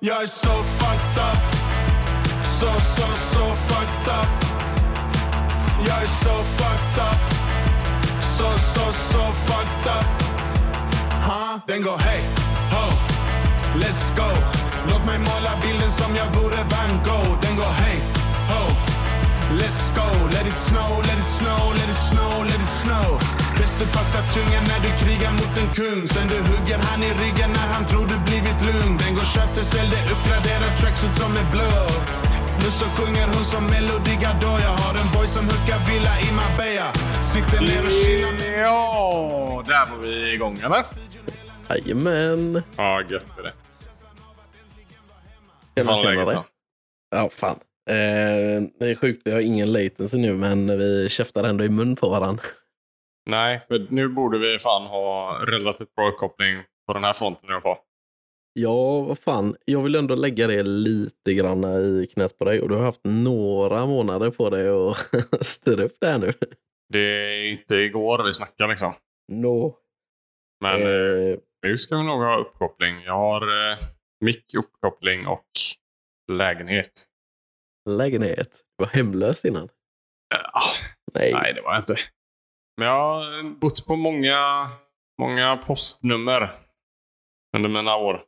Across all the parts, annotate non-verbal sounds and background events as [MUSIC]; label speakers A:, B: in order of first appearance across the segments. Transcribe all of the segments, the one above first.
A: Jag är så fucked up Så, så, så fucked up Jag är så fucked up Så, så, så fucked up huh? Den går hej, ho, let's go Låt mig måla bilden som jag vore Van Gogh Den går hej, ho, Let's go, let it snow, let it snow, let it snow, let it snow Bäst du passar tungan när du krigar mot en kung Sen du hugger han i ryggen när han tror du blivit lugn Den går köpte, sålde, uppgraderad tracksuit som är blå Nu så sjunger hon som Melodi Gadot Jag har en boy som hookar villa i Marbella Sitter ner och chillar med
B: Ja, där var vi igång eller?
C: Jajamän.
B: Ja, gött är det.
C: Tjena,
B: Fan,
C: tjena
B: läget
C: dig.
B: då?
C: Ja, fan. Eh, det är sjukt, vi har ingen latency nu, men vi käftar ändå i mun på varandra.
B: Nej, för nu borde vi fan ha relativt bra uppkoppling på den här fronten i alla fall.
C: Ja, vad fan. Jag vill ändå lägga det lite grann i knät på dig och du har haft några månader på dig att [LAUGHS] styra upp det här nu.
B: Det är inte igår vi snackar liksom.
C: No.
B: Men eh,
C: eh,
B: nu ska vi nog ha uppkoppling. Jag har eh, mick, uppkoppling och lägenhet.
C: lägenhet. Du var hemlös innan.
B: Eh, ah,
C: Nej.
B: nej, det var jag inte. Men jag har bott på många, många postnummer under mina år.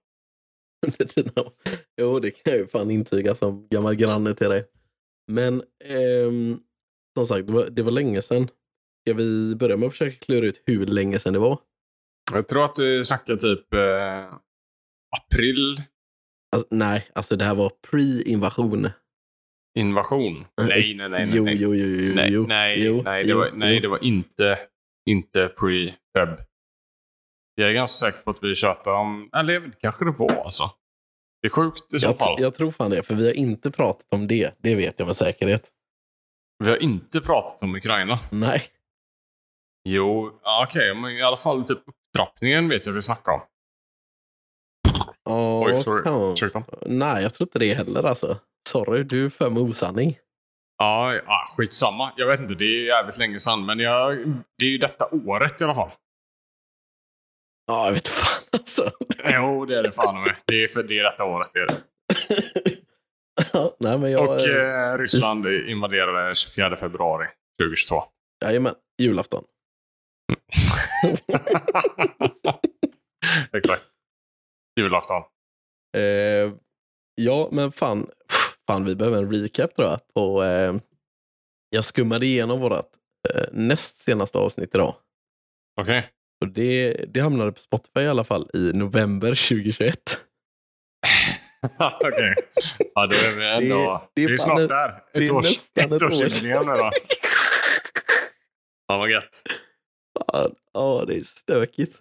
C: under dina år. [LAUGHS] Jo, det kan jag ju fan intyga som gammal granne till dig. Men ehm, som sagt, det var, det var länge sedan. Ska vi börja med att försöka klura ut hur länge sedan det var?
B: Jag tror att vi snackar typ eh, april
C: Alltså, nej, alltså det här var pre-invasion.
B: invasion. Nej, nej, nej. nej,
C: Eh, jo,
B: nej.
C: jo, jo, jo,
B: nej,
C: jo.
B: nej,
C: jo,
B: nej, det
C: jo,
B: var, nej,
C: jo.
B: det var inte, inte pre-pub. Jag är ganska säker på att vi tjatade om... Eller jag vet, kanske det var alltså. Det är sjukt i så
C: jag,
B: fall.
C: jag tror fan det, för vi har inte pratat om det. Det vet jag med säkerhet.
B: Vi har inte pratat om Ukraina.
C: Nej,
B: Jo, ja, okej. men I alla fall typ upptrappningen vet jag vi snackade om.
C: oh,
B: Oj, sorry. Ursäkta.
C: Nej, jag tror inte det heller alltså. Sorry, du är för med osanning.
B: Ja, ja, skitsamma. Jag vet inte, det är jävligt länge sedan. Men jag, det är ju detta året i alla fall.
C: Ja, jag vet fan alltså.
B: [LAUGHS] Jo, det är det fan med. Det är för det är detta året. Det är det.
C: ja, nej, men jag,
B: Och
C: eh,
B: eh, Ryssland invaderade 24 februari 2022.
C: [LAUGHS] Jajamän,
B: [LAUGHS]
C: julafton.
B: Exakt. Julafton.
C: Eh, ja, men fan, fan, vi behöver en recap tror jag. På, eh, jag skummade igenom vårt eh, näst senaste avsnitt idag.
B: Okej. [LAUGHS]
C: Och det, det hamnade på Spotify i alla fall i november 2021.
B: [LAUGHS] Okej. Ja, då är vi ändå...
C: Det-
B: Det,
C: det är
B: är
C: fan
B: snart
C: ett-
B: där. Ett
C: det är
B: års,
C: nästan ett
B: ett
C: år sedan.
B: årsjubileum nu då. Fan vad gött.
C: Fan, ja, det är stökigt.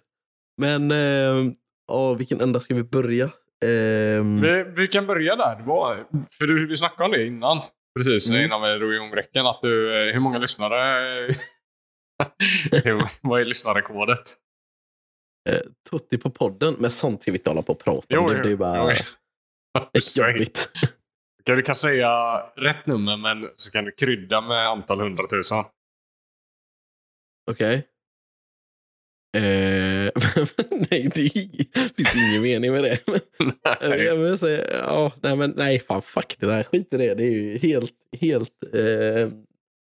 C: Men eh, ja, vilken ända ska vi börja? Ehm,
B: Vi, vi kan börja där. Det var, för du, vi snackade om det innan. Precis
C: Mm.
B: innan vi drog igång räcken. Att du, eh, hur många lyssnare... [LAUGHS] Hur- vad är lyssnarrekordet?
C: eh, Tutti på podden, men sånt ska vi inte hålla på och prata om.
B: Jo,
C: det blir bara
B: jo.
C: [LAUGHS]
B: [LAUGHS]
C: jobbigt.
B: Okej, Du kan säga rätt nummer, men så kan du krydda med antal hundratusen.
C: Okej. Eh, [LAUGHS] nej, det är ju- det finns ju ingen mening med det. [LAUGHS] Men eh, Jag vill säga, ja, nej, men, nej, fan fuck det där. Skit i det. Det är ju helt, helt eh,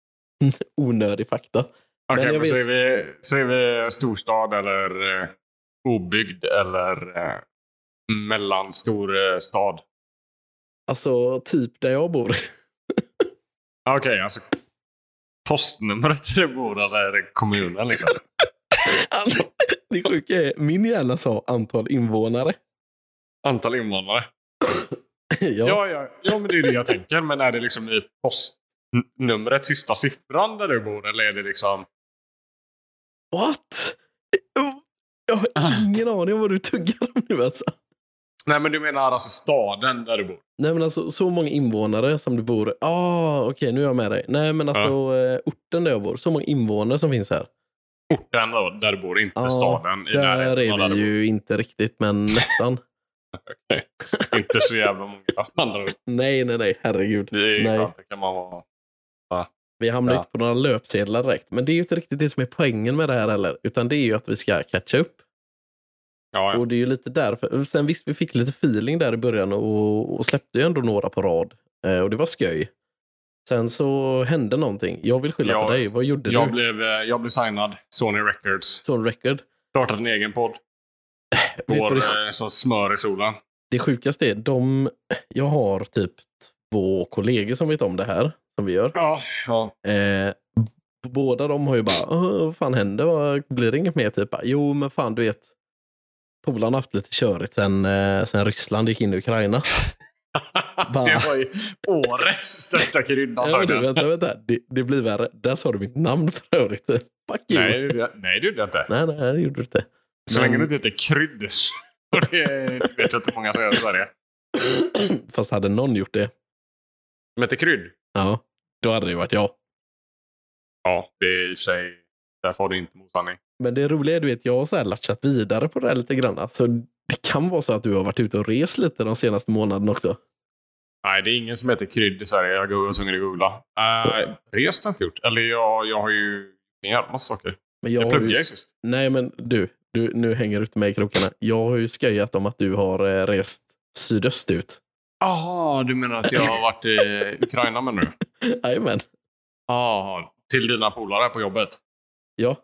C: [LAUGHS] onödig fakta. Men
B: Okej,
C: jag
B: men
C: vet-
B: säger, vi, säger vi storstad eller eh, obygd eller eh, mellanstor eh, stad?
C: Alltså, typ där jag bor. [LAUGHS]
B: Okej, alltså postnumret du bor eller kommunen
C: [LAUGHS]
B: liksom?
C: Alltså, det sjuka är, min hjärna sa antal invånare. [LAUGHS]
B: Antal invånare? Ja.
C: Ja,
B: Ja, ja, men det är det jag tänker. Men är det liksom i postnumret sista siffran där du bor eller är det liksom...
C: what? Jag har ingen aning om vad du tuggar om nu alltså.
B: Nej, men du menar alltså staden där du bor?
C: Nej men alltså så många invånare som det bor. Ah, okej nu är jag med dig. Nej men alltså eh, orten där jag bor. Så många invånare som finns här.
B: Orten då, där du bor, inte
C: Ja,
B: staden i
C: Där
B: närheten av
C: är
B: där
C: vi
B: du bor.
C: ju inte riktigt
B: [LAUGHS]
C: men nästan.
B: Inte så jävla många andra
C: nej nej nej herregud.
B: Det är ju
C: Nej.
B: skönt, det kan man vara.
C: Vi hamnar
B: Ja.
C: inte på några löpsedlar direkt. Men det är ju inte riktigt det som är poängen med det här heller. Utan det är ju att vi ska catcha upp.
B: Ja, ja.
C: Och det är ju lite därför. Sen visst, vi fick lite feeling där i början och, och släppte ju ändå några på rad. Eh, och det var skoj. Sen så hände någonting. Jag vill skylla
B: Ja,
C: på dig. Vad gjorde
B: Jag,
C: du?
B: blev, eh, jag blev signad. Sony Records.
C: Son Record.
B: Startat en egen podd.
C: du vad
B: Går
C: det-
B: eh, som smör i solen.
C: Det sjukaste är, de, jag har typ två kollegor som vet om det här, som vi gör.
B: Ja, ja.
C: Eh, b- båda de har ju bara, "Åh, vad fan händer? Vad- Blir det inget mer? Typ, bara, jo, men fan du vet. Polarna har haft lite körigt sen, eh, sen Ryssland gick in i Ukraina. Va?
B: det var ju årets största krydda.
C: Ja,
B: hörde
C: du,
B: jag.
C: vänta, vänta. Det, det blir värre. Där sa du mitt namn för övrigt. Fuck you.
B: Nej, det gjorde jag- nej, det gjorde jag inte.
C: nej, nej, det gjorde du inte.
B: Så
C: Men-
B: länge du inte heter Krydders. [LAUGHS] Och det det vet jag inte många som gör i Sverige.
C: Fast hade någon gjort det,
B: Som heter Krydd?
C: ja, då hade det ju varit jag.
B: Ja, det är i och för sig... Därför har du inte motsanning.
C: Men det roliga är, du vet, jag har så här latchat vidare på det här lite grann. Så det kan vara så att du har varit ute och rest lite de senaste månaderna också.
B: Nej, det är ingen som heter Krydd i Sverige. Jag var tvungen att googla. Uh, rest har jag inte gjort. Eller jag, jag har ju en jävla massa saker.
C: Men
B: Jag,
C: har ju-
B: pluggade ju sist.
C: Nej, men du, du, nu hänger du inte med i krokarna. Jag har ju skojat om att du har eh, rest sydöst ut. [LAUGHS]
B: Jaha, du menar att jag [LAUGHS] har varit i Ukraina med nu?
C: Jajamän.
B: Jaha, till dina polare på jobbet.
C: Ja.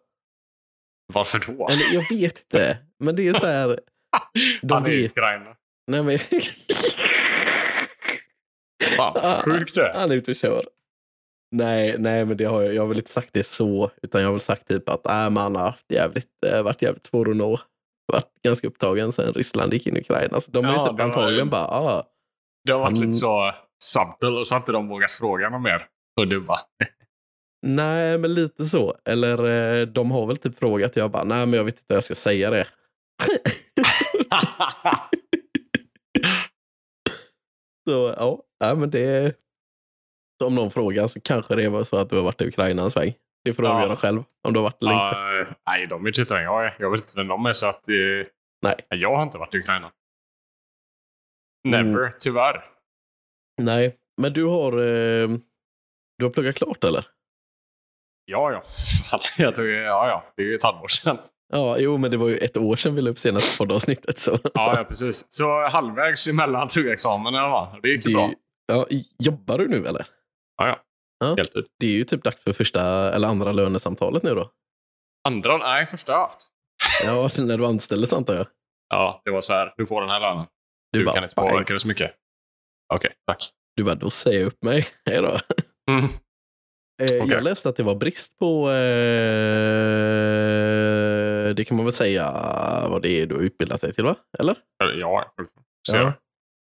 B: Varför då?
C: Eller jag vet inte. Men det är så här.
B: [LAUGHS]
C: de
B: Han är i
C: vet-
B: Ukraina.
C: Nej, men... [LAUGHS]
B: Fan, sjukt det.
C: Han är ute och kör. Nej, nej, men det har jag, jag har väl inte sagt det så, utan jag har väl sagt typ att äh, man har haft jävligt, äh, varit jävligt svår att nå. Varit ganska upptagen sen Ryssland gick in i Ukraina. Så de har
B: Ja,
C: ju typ
B: det var-
C: antagligen bara, ah,
B: Det har varit
C: Han-
B: lite så subtle och så har inte de vågat fråga något mer. Och du [LAUGHS] bara,
C: nej, men lite så. Eller eh, de har väl typ frågat, jag bara, nej, men jag vet inte vad jag ska säga det. [LAUGHS] Så ja, nej, men det... så Om någon frågar så kanske det var så att du har varit i Ukraina en sväng. Det får du
B: Ja.
C: avgöra själv, om du har varit eller inte.
B: "Ja, eh, nej, de vet ju inte vem jag är. Jag vet inte vem de är. Så att, eh,
C: Nej.
B: Jag har inte varit i Ukraina. Never, tyvärr.
C: Nej, men du har, eh, du har pluggat klart eller?
B: Ja, ja. Fan, [LAUGHS] jag tog, ja, ja. Det är ju ett halvår sedan.
C: Ja, jo, men det var ju ett år sedan vi la upp senaste poddavsnittet. Så.
B: Ja, ja, precis. Så halvvägs emellan tog jag examen. Ja, det gick ju bra.
C: Ja, jobbar du nu eller?
B: Ja, ja.
C: Ja.
B: Heltid.
C: Det är ju typ dags för första eller andra lönesamtalet nu då.
B: Andra, nej, första jag haft.
C: Ja, [LAUGHS] när du anställdes antar jag.
B: Ja, det var så här. Du får den här lönen. Du,
C: bara,
B: kan inte
C: "Fan."
B: påverka det så mycket. Okej, tack. [LAUGHS]
C: Du bara, då säger jag upp mig. [LAUGHS] Hej då.
B: Mm.
C: Eh,
B: Okej.
C: Jag läste att det var brist på, eh, det kan man väl säga vad det är du har utbildat dig till va? Eller?
B: Eller, Ja, så ja.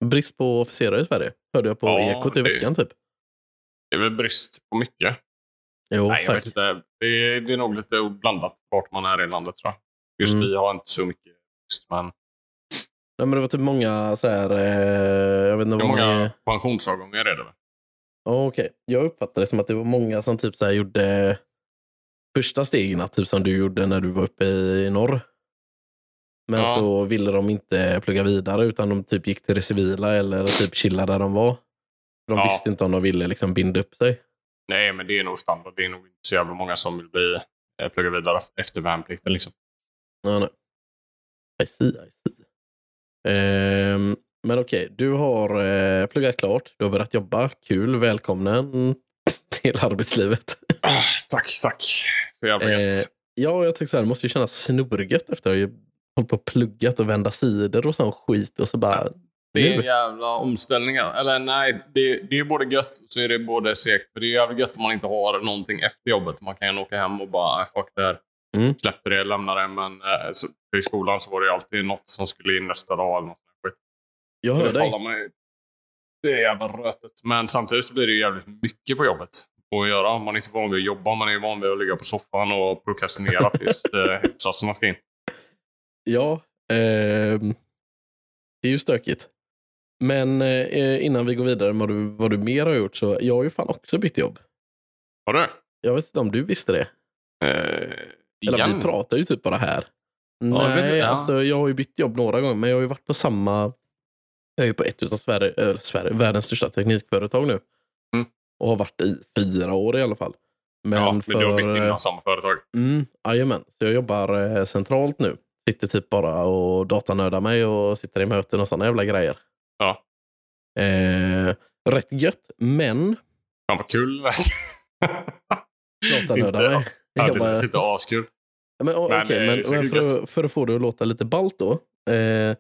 C: Brist på officerare i Sverige. Hörde jag på
B: Ja,
C: Ekot i
B: det-
C: veckan typ.
B: Det är väl brist på mycket.
C: Jo,
B: Nej, jag
C: tack.
B: vet inte. Det är, det är nog lite blandat vart man är i landet tror jag. Just
C: Mm.
B: vi har inte så mycket brist, men
C: Nej, men det var typ många så här, eh, jag vet inte
B: det är
C: vad många...
B: många pensionsavgångar är det väl?
C: Ja, Okej, jag uppfattade det som att det var många som typ så här gjorde första stegen, typ som du gjorde när du var uppe i norr. Men
B: Ja.
C: så ville de inte plugga vidare utan de typ gick till det civila eller typ chilla där de var. De
B: Ja.
C: visste inte om de ville liksom binda upp sig.
B: Nej, men det är nog standard. Det är nog inte så jävla många som vill bli, eh, plugga vidare efter värnplikten.
C: [CLEARS THROAT]
B: Liksom.
C: Nej, nej. I see, I see. Ehm, men okej, du har eh, pluggat klart, du har börjat jobba, kul, välkommen till arbetslivet.
B: Ah, tack, tack. Så jävla gött.
C: Eh, ja, jag tänkte så här, det måste ju kännas snorgött efter att ha ju hållit på och pluggat och vända sidor och sån skit och så bara...
B: Det är en
C: nu.
B: jävla omställning. Eller nej, det, det är både gött och så är det både segt. För det är jävligt gött om man inte har någonting efter jobbet. Man kan åka hem och bara, "Ah, fuck det här.
C: Mm.
B: Släpper det, lämnar det. Men eh, så, för i skolan så var det ju alltid något som skulle in nästa dag eller något. sånt
C: Jag
B: där
C: hör
B: skit. Det
C: dig.
B: talar man ju. Det är jävla rötet. Men samtidigt så blir det ju jävligt mycket på jobbet att göra. Man är inte van vid att jobba. Man är van vid att ligga på soffan och prokrastinera tills eh, uppsatserna ska in.
C: Ja, ehm, det är ju stökigt. Men eh, innan vi går vidare med vad du, vad du mer har gjort så jag har ju fan också bytt jobb.
B: Har du?
C: Jag vet inte om du visste det.
B: Eh,
C: Eller
B: igen?
C: vi pratar ju typ bara här.
B: jag vet
C: Nej,
B: inte, ja.
C: alltså jag har ju bytt jobb några gånger men jag har ju varit på samma... Jag är ju på ett utav Sverige, eller Sverige, världens största teknikföretag nu.
B: Mm.
C: Och har varit i fyra år i alla fall. Men
B: ja, men
C: för,
B: eh,
C: eh,
B: du har bytt inom samma företag.
C: Mm, jajamän. Så jag jobbar eh, centralt nu. Sitter typ bara och datanördar mig och sitter i möten och sådana jävla grejer.
B: Ja.
C: Eh, rätt gött,
B: Fan
C: men
B: vad kul.
C: datanördar
B: [LAUGHS] Inte-
C: mig.
B: [LAUGHS] ja, det
C: bara-
B: lät inte askul.
C: Ja, men, o-
B: Men,
C: okej,
B: eh,
C: men, men
B: säkert
C: för, att, för att få det att låta lite ballt då. Eh,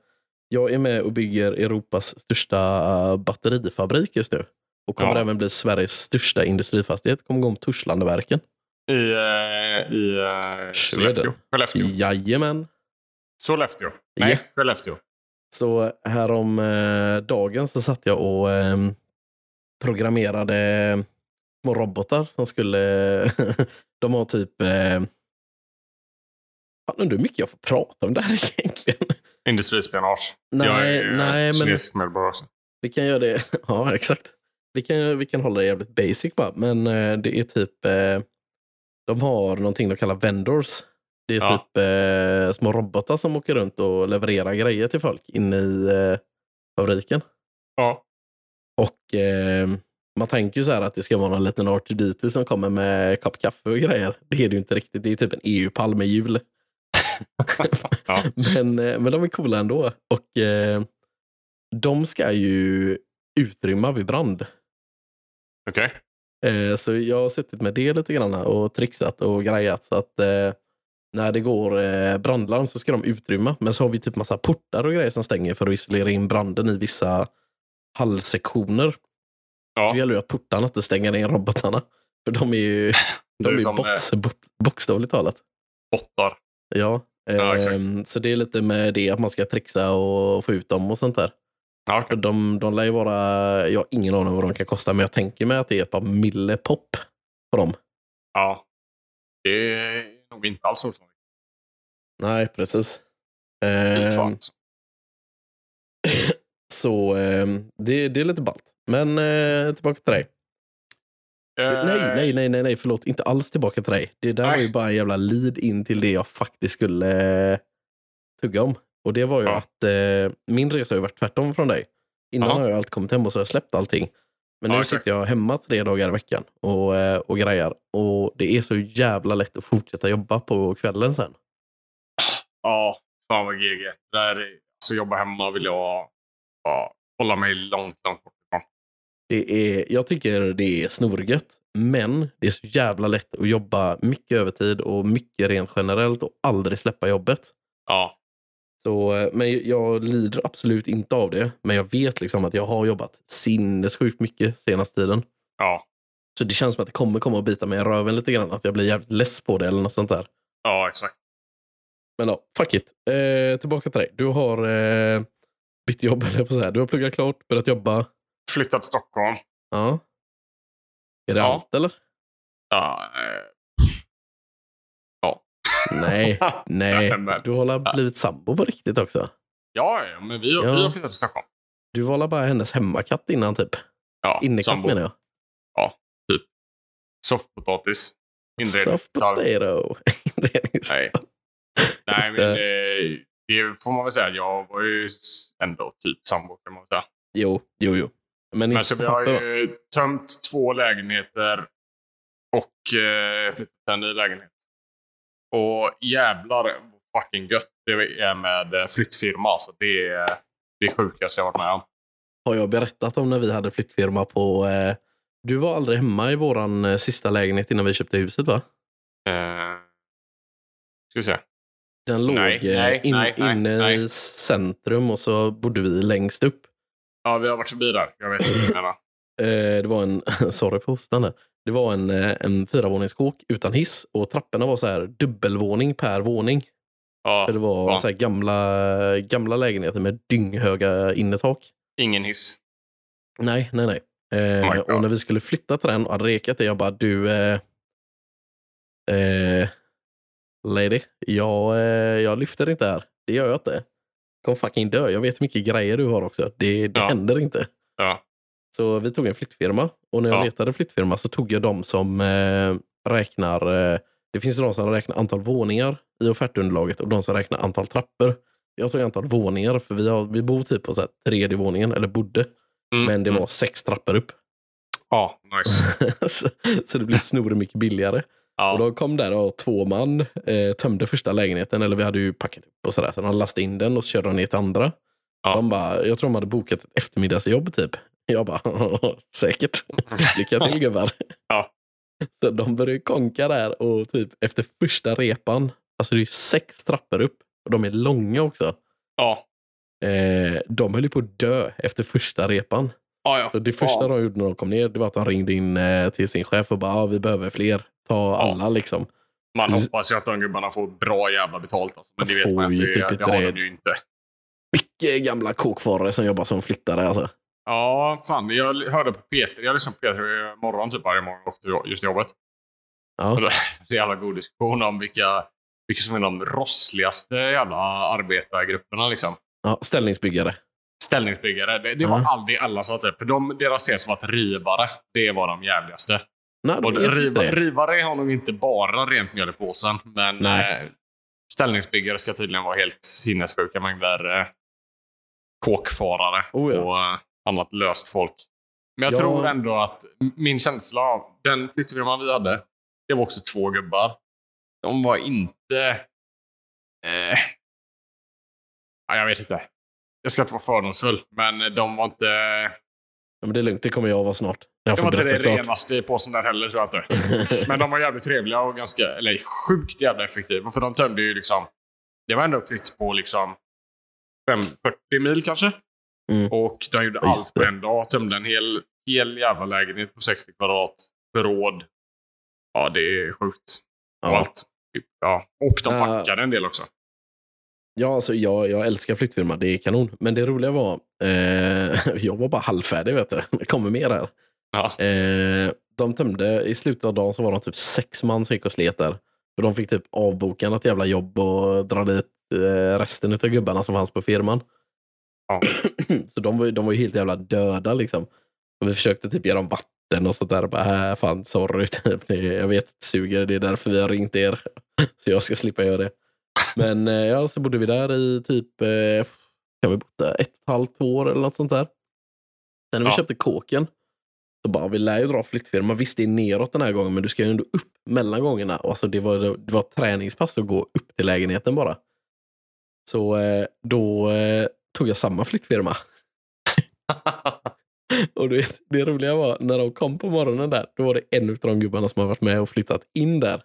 C: jag är med och bygger Europas största eh, batterifabrik just nu. Och kommer
B: Ja.
C: även bli Sveriges största industrifastighet. Kommer gå om Torslandaverken.
B: I, eh, i eh,
C: Sweden.
B: Sollefteå. Skellefteå.
C: Jajamän.
B: Sollefteå. Nej,
C: Ja.
B: Skellefteå.
C: Så härom eh, dagen så satt jag och ehm, programmerade eh, små robotar som skulle... [LAUGHS] de har typ... Eh, fan undrar hur mycket jag får prata om det här [LAUGHS] egentligen.
B: Industrispionage.
C: Nej,
B: jag är eh,
C: nej, men-
B: kinesisk medborgare också.
C: Vi kan göra det. [LAUGHS] Ja, exakt. Vi kan, vi kan hålla det jävligt basic bara. Men eh, det är typ... Eh, de har någonting de kallar vendors. Det är
B: Ja.
C: typ eh, små robotar som åker runt och levererar grejer till folk inne i eh, fabriken.
B: Ja.
C: Och eh, man tänker ju så här att det ska vara någon liten R2D2 som kommer med en kopp kaffe och grejer. Det är det ju inte riktigt. Det är ju typ en EU-pall med hjul.
B: ja.
C: [LAUGHS] Men, eh, men de är coola ändå. Och eh, de ska ju utrymma vid brand.
B: Okej.
C: Eh, så jag har suttit med det lite grann och trixat och grejat. Så att eh, när det går eh, brandlarm så ska de utrymma. Men så har vi typ massa portar och grejer som stänger för att isolera in branden i vissa hallsektioner. Det
B: Ja.
C: gäller ju att portarna inte stänger in robotarna. För de är ju
B: [LAUGHS] Det
C: de
B: är
C: är
B: som, eh,
C: bots, bot, bokstavligt talat.
B: Bottar.
C: Ja,
B: Ja, exakt.
C: ehm, så det är lite med det att man ska trixa och få ut dem och sånt där.
B: Ja,
C: Och
B: okej.
C: De, de lär ju vara, jag har ingen aning om vad de kan kosta, men jag tänker mig att det är ett par mille pop på dem.
B: ja. Det är nog inte alls osannolikt.
C: Nej, precis.
B: Fy
C: Ehm,
B: fan.
C: så ehm, det, det är lite ballt. Men eh, tillbaka till dig.
B: Eh,
C: Nej, nej, nej, nej, nej, förlåt. Inte alls tillbaka till dig. Det där
B: Nej.
C: var ju bara en jävla lead in till det jag faktiskt skulle eh, tugga om. Och det var ju
B: Ja.
C: att eh, min resa har ju varit tvärtom från dig. Innan
B: Jaha.
C: har jag alltid kommit hem och så har jag släppt allting. Men nu
B: Ja, exakt.
C: sitter jag hemma tre dagar i veckan och, eh, och grejar. Och det är så jävla lätt att fortsätta jobba på kvällen sen.
B: Ja, fan vad GG. Där, är- alltså jobba hemma vill jag ja, hålla mig långt, långt bort ifrån.
C: Det är, jag tycker det är snorgött, men det är så jävla lätt att jobba mycket övertid och mycket rent generellt och aldrig släppa jobbet.
B: Ja,
C: Så, eh, men jag lider absolut inte av det. Men jag vet liksom att jag har jobbat sinnessjukt mycket senaste tiden.
B: ja,
C: Så det känns som att det kommer komma och bita mig i röven lite grann. Att jag blir jävligt less på det eller något sånt där.
B: ja, exakt.
C: Men ja, fuck it. Eh, tillbaka till dig. Du har eh, bytt jobb, [LAUGHS] eller på så här. Du har pluggat klart, börjat jobba.
B: Flyttat till Stockholm.
C: Ja. Är det
B: Ja.
C: allt eller?
B: Ja, eh,
C: Nej. Nej.
B: Nej, men-
C: Du har väl blivit sambo på riktigt också?
B: [LAUGHS] ja, ja, men vi, har-
C: Ja.
B: vi har flyttat till Stockholm.
C: Du var väl bara hennes hemmakatt innan typ?
B: Ja,
C: Innekatt
B: sambo.
C: menar jag.
B: Soffpotatis. Inredning.
C: Soft [LAUGHS] potato. Inredningsdetalj.
B: Nej.
C: [LAUGHS]
B: Nej, men det, det får man väl säga. Jag var ju ändå typ sambo kan man väl säga.
C: Jo, jo, jo. Men,
B: Men
C: inte
B: så vi
C: på
B: har
C: papper, va?
B: ju tömt två lägenheter och eh, flyttat till en ny lägenhet. Och jävlar vad fucking gött det är med eh, flyttfirma. Alltså, det är det är sjukaste jag varit med om.
C: Har jag berättat om när vi hade flyttfirma på... Eh, du var aldrig hemma i vår eh, sista lägenhet innan vi köpte huset, va?
B: Eh, ska vi se.
C: Den låg
B: Nej,
C: eh,
B: nej,
C: in,
B: nej, nej,
C: inne i
B: nej.
C: centrum och så bodde vi längst upp.
B: Ja, vi har varit förbi där. Jag vet inte vad du menar.
C: Eh, det var en... [LAUGHS] sorry för hostan där. Det var en, eh, en fyravåningskåk utan hiss och trapporna var så här dubbelvåning per våning.
B: Ja,
C: För [LAUGHS] det var
B: fan.
C: så här gamla, gamla lägenheter med dynghöga innertak.
B: Ingen hiss.
C: Nej, nej, nej. Eh,
B: Oh my God.
C: och när vi skulle flytta till den och hade rekat det, jag bara du... Eh, eh, lady, jag, eh, jag lyfter inte här. Det gör jag inte. Kom fucking dö. Jag vet hur mycket grejer du har också. Det, det
B: Ja.
C: händer inte.
B: Ja.
C: Så vi tog en flyttfirma och när jag
B: Ja.
C: letade flyttfirma så tog jag de som eh, räknar... Eh, det finns ju de som räknar antal våningar i offertunderlaget och de som räknar antal trappor. Jag tog antal våningar för vi, har, vi bor typ på så här, tredje våningen, eller bodde.
B: Mm,
C: Men det
B: mm.
C: var sex trappor upp. [LAUGHS]
B: Ja, nice.
C: så, så det blev snor mycket billigare.
B: Ja.
C: [LAUGHS] Och de kom där och två man eh, tömde första lägenheten, eller vi hade ju packat upp och sådär. Sen de lastade in den och så körde de ner till andra.
B: Ja.
C: De bara, jag tror de hade bokat ett eftermiddagsjobb typ. Jag bara, [LAUGHS] säkert. Lycka
B: [LAUGHS]
C: till gubbar.
B: Ja.
C: Så de började konka där och typ efter första repan, alltså det är ju sex trappor upp och de är långa också.
B: Ja.
C: Eh, de höll ju på att dö efter första repan.
B: Ja, ja.
C: Så det första de gjorde när de kom ner det var att de ringde in eh, till sin chef och bara ah, vi behöver fler. Ta alla liksom.
B: Man hoppas ju att de gubbarna får bra jävla betalt. Alltså. Men det vet
C: Får
B: man att
C: ju
B: det,
C: typ
B: det,
C: inte
B: har
C: det.
B: de ju inte.
C: Mycket gamla kåkfarare som jobbar som flyttare alltså.
B: Ja, fan. Jag hörde på Peter. Jag lyssnar på Peter i morgon typ varje morgon och åkte jag- just till jobbet.
C: Ja.
B: Och då- Det är en jävla god diskussion om vilka, vilka som är de rossligaste jävla arbetargrupperna. Liksom.
C: Ja, ställningsbyggare.
B: Ställningsbyggare. Det, det var
C: Ja.
B: aldrig alla som var typ. För de, deras tes var att rivare, det var de jävligaste.
C: Nej, de
B: Och
C: vet
B: riva,
C: inte.
B: rivare har nog inte bara rent mjöl i påsen, men
C: Nej.
B: eh, ställningsbyggare ska tydligen vara helt sinnessjuka mängder eh, kåkfarare
C: Oh ja.
B: och eh, annat löst folk. Men jag
C: Ja.
B: tror ändå att m- min känsla av den flyttfirman vi hade, det var också två gubbar. De var inte... Eh, ja, jag vet inte. Jag ska inte vara fördomsfull, men de var inte...
C: Ja, men det är lugnt, det kommer jag vara snart. När jag
B: Det
C: får
B: var inte
C: berätta
B: det
C: klart.
B: renaste i påsen där heller, tror jag inte. Men de var jävligt trevliga och ganska, eller sjukt jävla effektiva. För de tömde ju liksom, det var ändå en flytt på liksom fem- 40 mil kanske.
C: Mm.
B: Och de gjorde
C: Ja, just
B: allt på en dag. Tömde en hel, hel jävla lägenhet på 60 kvadrat. Förråd. Ja, det är sjukt. Och
C: [LAUGHS] ja.
B: allt. Typ, Ja. Och de
C: Äh.
B: packade en del också.
C: Ja, alltså, jag, jag älskar flyttfirma, det är kanon. Men det roliga var, eh, [LAUGHS] jag var bara halvfärdig vet du. Det kommer mer här.
B: Ja.
C: Eh, de tömde, i slutet av dagen så var de typ sex man som gick och slet där. För de fick typ avboka något jävla jobb och dra dit eh, resten av gubbarna som fanns på firman.
B: Ja.
C: [CLEARS THROAT] så de var, ju- de var ju helt jävla döda liksom. Och vi försökte typ ge dem vatten och sånt där. Och bara, äh, fan sorry, [LAUGHS] typ. Ni- jag vet att det suger, det är därför vi har ringt er. [LAUGHS] så jag ska slippa göra det. Men eh, ja, så bodde vi där i typ, eh, kan vi bott där ett och ett halvt år eller något sånt där. Sen när vi
B: Ja.
C: köpte kåken, så bara, vi lär ju dra flyttfirma. Visst, det är neråt den här gången, men du ska ju ändå upp mellan gångerna. Och alltså, det, var, det var ett träningspass att gå upp till lägenheten bara. Så eh, då eh, tog jag samma flyttfirma. [LAUGHS] Och du vet, det roliga var, när de kom på morgonen där, då var det en av de gubbarna som har varit med och flyttat in där.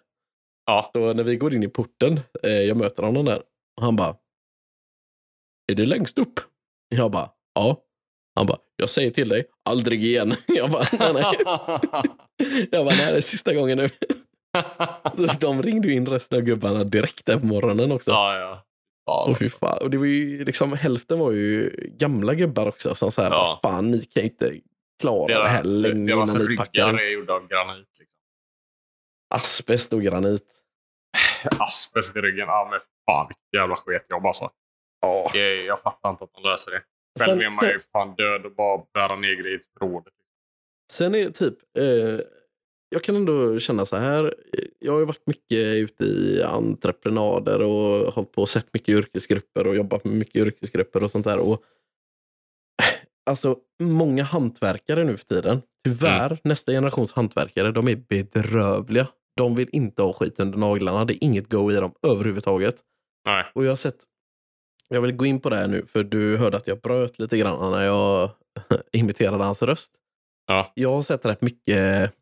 B: ja.
C: Så när vi går in i porten, eh, jag möter honom där. Och han bara, är du längst upp? Jag bara, ja. Han bara, jag säger till dig, aldrig igen. [LAUGHS] Jag bara, nej, nej. Jag bara, nej, det är sista gången nu. Så [LAUGHS] de ringde ju in resten av gubbarna direkt där på morgonen
B: [LAUGHS]
C: också.
B: ja, ja.
C: Och, fy fan. och det var ju liksom, hälften var ju gamla gubbar också som så här,
B: Ja.
C: fan ni kan ju inte klara det här
B: Deras,
C: länge
B: deras
C: innan ni packar
B: ryggar
C: upp
B: är gjorda av granit. Liksom.
C: asbest och granit.
B: asbest i ryggen. Ja, men fan vilket jävla sketjobb alltså.
C: Ja.
B: Jag, jag fattar inte att de löser det. Själv är man ju fan död och bara bära ner grejer till förrådet.
C: Sen är typ, eh, jag kan ändå känna så här. eh, Jag har ju varit mycket ute i entreprenader och hållit på och sett mycket yrkesgrupper och jobbat med mycket yrkesgrupper och sånt där. Och, alltså, många hantverkare nu för tiden, tyvärr, nästa generations hantverkare, de är bedrövliga. De vill inte ha skit under naglarna. Det är inget go i dem överhuvudtaget.
B: Nej.
C: Och jag har sett, jag vill gå in på det här nu, för du hörde att jag bröt lite grann när jag [LAUGHS] imiterade hans röst.
B: Ja.
C: Jag har sett rätt mycket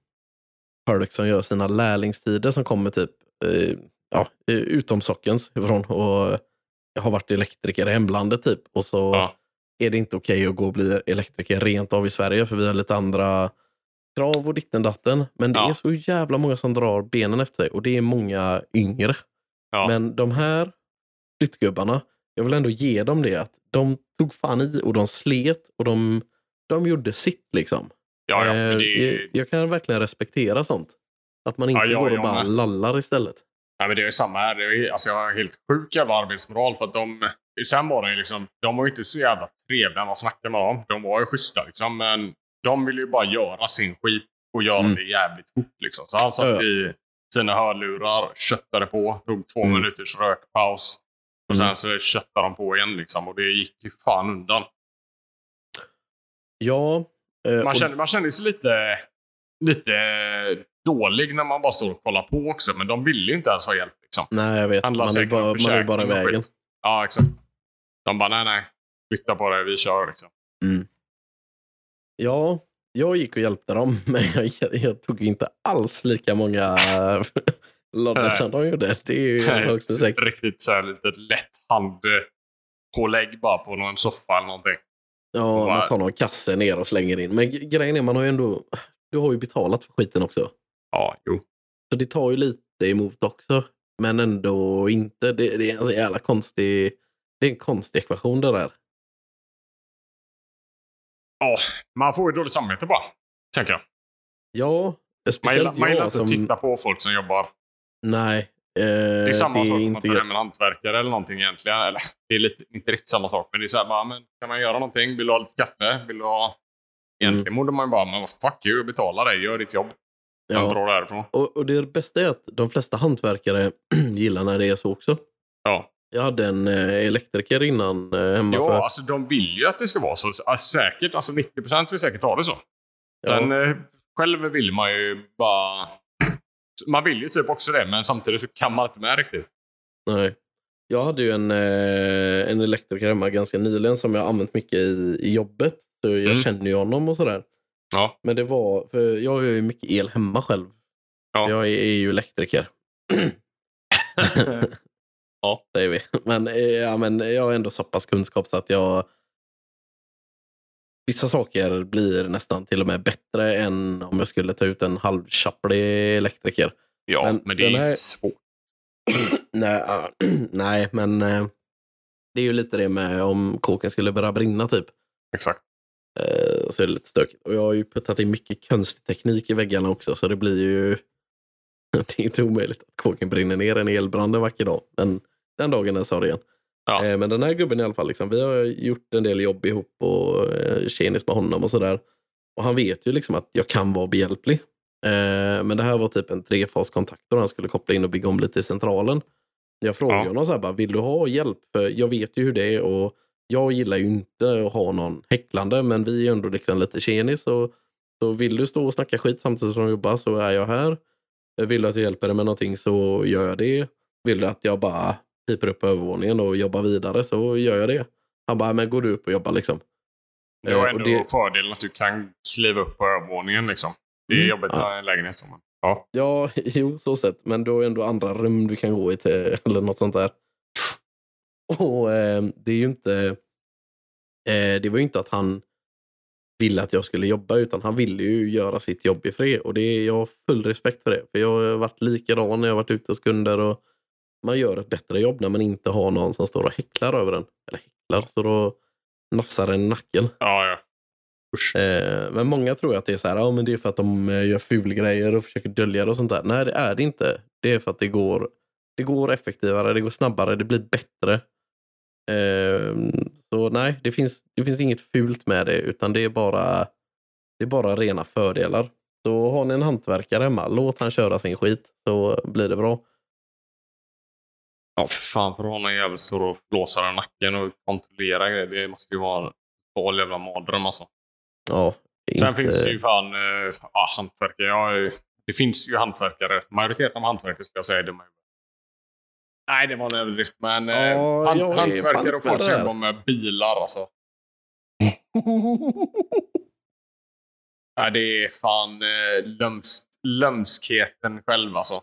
C: folk som gör sina lärlingstider som kommer typ eh, ja, eh, utom sockens ifrån och har varit elektriker i hemlandet typ. Och så
B: Ja.
C: är det inte okej att gå och bli elektriker rent av i Sverige för vi har lite andra krav och ditten datten. Men det
B: Ja.
C: är så jävla många som drar benen efter sig och det är många yngre.
B: Ja.
C: Men de här flyttgubbarna, jag vill ändå ge dem det att de tog fan i och de slet och de, de gjorde sitt liksom.
B: Ja, ja, men
C: Eh,
B: det
C: jag,
B: är,
C: jag kan verkligen respektera sånt. Att man inte
B: Ja, ja,
C: går och
B: jag
C: bara
B: med.
C: lallar istället.
B: nej, men det är ju samma här. Det är, ju- alltså, jag har helt sjuk jävla arbetsmoral. För att de, sen var det ju liksom, de var ju inte så jävla trevliga när man snackade med dem. De var ju schyssta liksom, men de ville ju bara göra sin skit och göra
C: Mm.
B: det jävligt fort. Liksom. Så han satt
C: Ja, ja.
B: i sina hörlurar, köttade på, tog två
C: Mm.
B: minuters rökpaus. Och
C: Mm.
B: sen så köttade de på igen liksom, och det gick ju fan undan.
C: Ja, eh,
B: Man
C: och- eh,
B: kände, man kände sig lite, lite dålig när man bara står och kollar på också. Men de ville ju inte ens ha hjälp. Liksom.
C: Nej, jag vet. Man
B: Handla
C: är
B: säkert
C: bara,
B: med
C: man är bara i
B: försäkring och
C: vägen.
B: skit. Ja, exakt. De bara, nej, nej. Flytta på det, vi kör. Liksom.
C: Ja, jag gick och hjälpte dem, [LAUGHS] men jag, jag tog inte alls lika många [LAUGHS] lodder
B: Nej.
C: som de gjorde. Det är ju en sak som är säker.
B: riktigt så här lite lätt handpålägg bara på någon soffa eller någonting.
C: Ja, man
B: Bara-
C: tar någon kasse ner och slänger in. Men g- grejen är, man har ju ändå... Du har ju betalat för skiten också.
B: Ja, jo.
C: Så det tar ju lite emot också. Men ändå inte. Det, det är en så jävla konstig... Det är en konstig ekvation det där.
B: Ja, man får ju dåligt samvete bara, tänker jag.
C: Ja,
B: Man
C: speciellt
B: gillar, man gillar
C: jag
B: inte
C: som...
B: att titta på folk som jobbar.
C: Nej. eh,
B: Det är samma sak om man
C: inte
B: tar
C: gött.
B: hem en hantverkare eller någonting egentligen. Eller, det är lite, inte riktigt samma sak, men det är så här, bara, men, kan man göra någonting? Vill du ha lite kaffe? Vill du ha...
C: Mm.
B: Egentligen borde man ju bara, men vad fuck you, jag betalar dig, gör ditt jobb. Sen
C: Ja.
B: drar därifrån.
C: Och, och det bästa är att de flesta hantverkare [CLEARS THROAT] gillar när det är så också.
B: Ja.
C: Jag hade en eh, elektriker innan eh, hemma.
B: Ja,
C: för,
B: alltså de vill ju att det ska vara så. Ja, Säkert, alltså 90% vill säkert ha det så.
C: ja,
B: Sen eh, själv vill man ju bara... Man vill ju typ också det, men samtidigt så kan man inte med riktigt.
C: nej. Jag hade ju en, eh, en elektriker hemma ganska nyligen som jag har använt mycket i, i jobbet. Så jag
B: Mm.
C: känner ju honom och sådär.
B: Ja.
C: Men det var, för jag har ju mycket el hemma själv.
B: Ja.
C: Jag är, är ju elektriker.
B: [LAUGHS] Ja.
C: [LAUGHS] Säger vi. Men, eh, ja, men jag har ändå så pass kunskap så att jag... Vissa saker blir nästan till och med bättre än om jag skulle ta ut en halvtjapplig elektriker.
B: Ja,
C: Men
B: men, det är
C: den
B: ju
C: här-
B: inte svårt.
C: Nej, ah, [CLEARS THROAT] nej men eh, det är ju lite det med om kåken skulle börja brinna typ.
B: Exakt.
C: Eh, så är det lite stökigt. Och jag har ju puttat in mycket konstig teknik i väggarna också så det blir ju... [LAUGHS] Det är inte omöjligt att kåken brinner ner en elbrand en vacker dag. Men den dagen den sa det igen.
B: Ja.
C: Eh, men den här gubben i alla fall, liksom, vi har gjort en del jobb ihop och eh, tjenis med honom och sådär. Och han vet ju liksom att jag kan vara behjälplig. Eh, men det här var typ en trefaskontakt och han skulle koppla in och bygga om lite i centralen. Jag frågade
B: Ja.
C: honom så här, bara, vill du ha hjälp? För jag vet ju hur det är och jag gillar ju inte att ha någon häcklande, men vi är ju ändå liksom lite tjenis. Och, så vill du stå och snacka skit samtidigt som du jobbar så är jag här. Vill du att jag hjälper dig med någonting så gör jag det. Vill du att jag bara piper upp på övervåningen och jobbar vidare så gör jag det. Han bara, men går du upp och jobbar liksom?
B: Det
C: Eh,
B: har
C: och
B: ändå
C: det-
B: fördelen att du kan kliva upp på övervåningen. Liksom. Det är
C: Mm.
B: jobbigt
C: Ja.
B: med en lägenhet. Som man. Ja.
C: Ja, [LAUGHS] jo, så sett. Men du har ju ändå andra rum du kan gå i till, eller något sånt där. Och eh, det är ju inte... Eh, det var ju inte att han ville att jag skulle jobba, utan han ville ju göra sitt jobb i fred. Och det är, jag har full respekt för det. För jag har varit likadan när jag har varit ute hos kunder. Och man gör ett bättre jobb när man inte har någon som står och häcklar över en. Eller häcklar, så då nafsar en i nacken.
B: Ja, ja.
C: Eh, men många tror att det är så här, ja men det är för att de eh, gör fulgrejer och försöker dölja det och sånt där. Nej, det är det inte. Det är för att det går, det går effektivare, det går snabbare, det blir bättre. Eh, så nej, det finns, det finns inget fult med det, utan det är bara, det är bara rena fördelar. Så har ni en hantverkare hemma, låt han köra sin skit så blir det bra.
B: ja, för fan. För att ha någon jävel som står och blåser i nacken och kontrollera grejer. Det måste ju vara en total jävla mardröm alltså.
C: Ja,
B: Sen
C: inte-
B: finns det ju fan eh, ja, hantverkare. Jag, är ju- det finns ju hantverkare. Majoriteten av hantverkare skulle jag säga är dumma i huvudet. Nej, det var en överdrift. Men eh,
C: Ja,
B: hant-
C: jag är
B: hantverkare och folk som
C: hantverkare.
B: jobbar med bilar alltså. [LAUGHS] Nej, det är fan eh, lömsk, lömskheten själv alltså.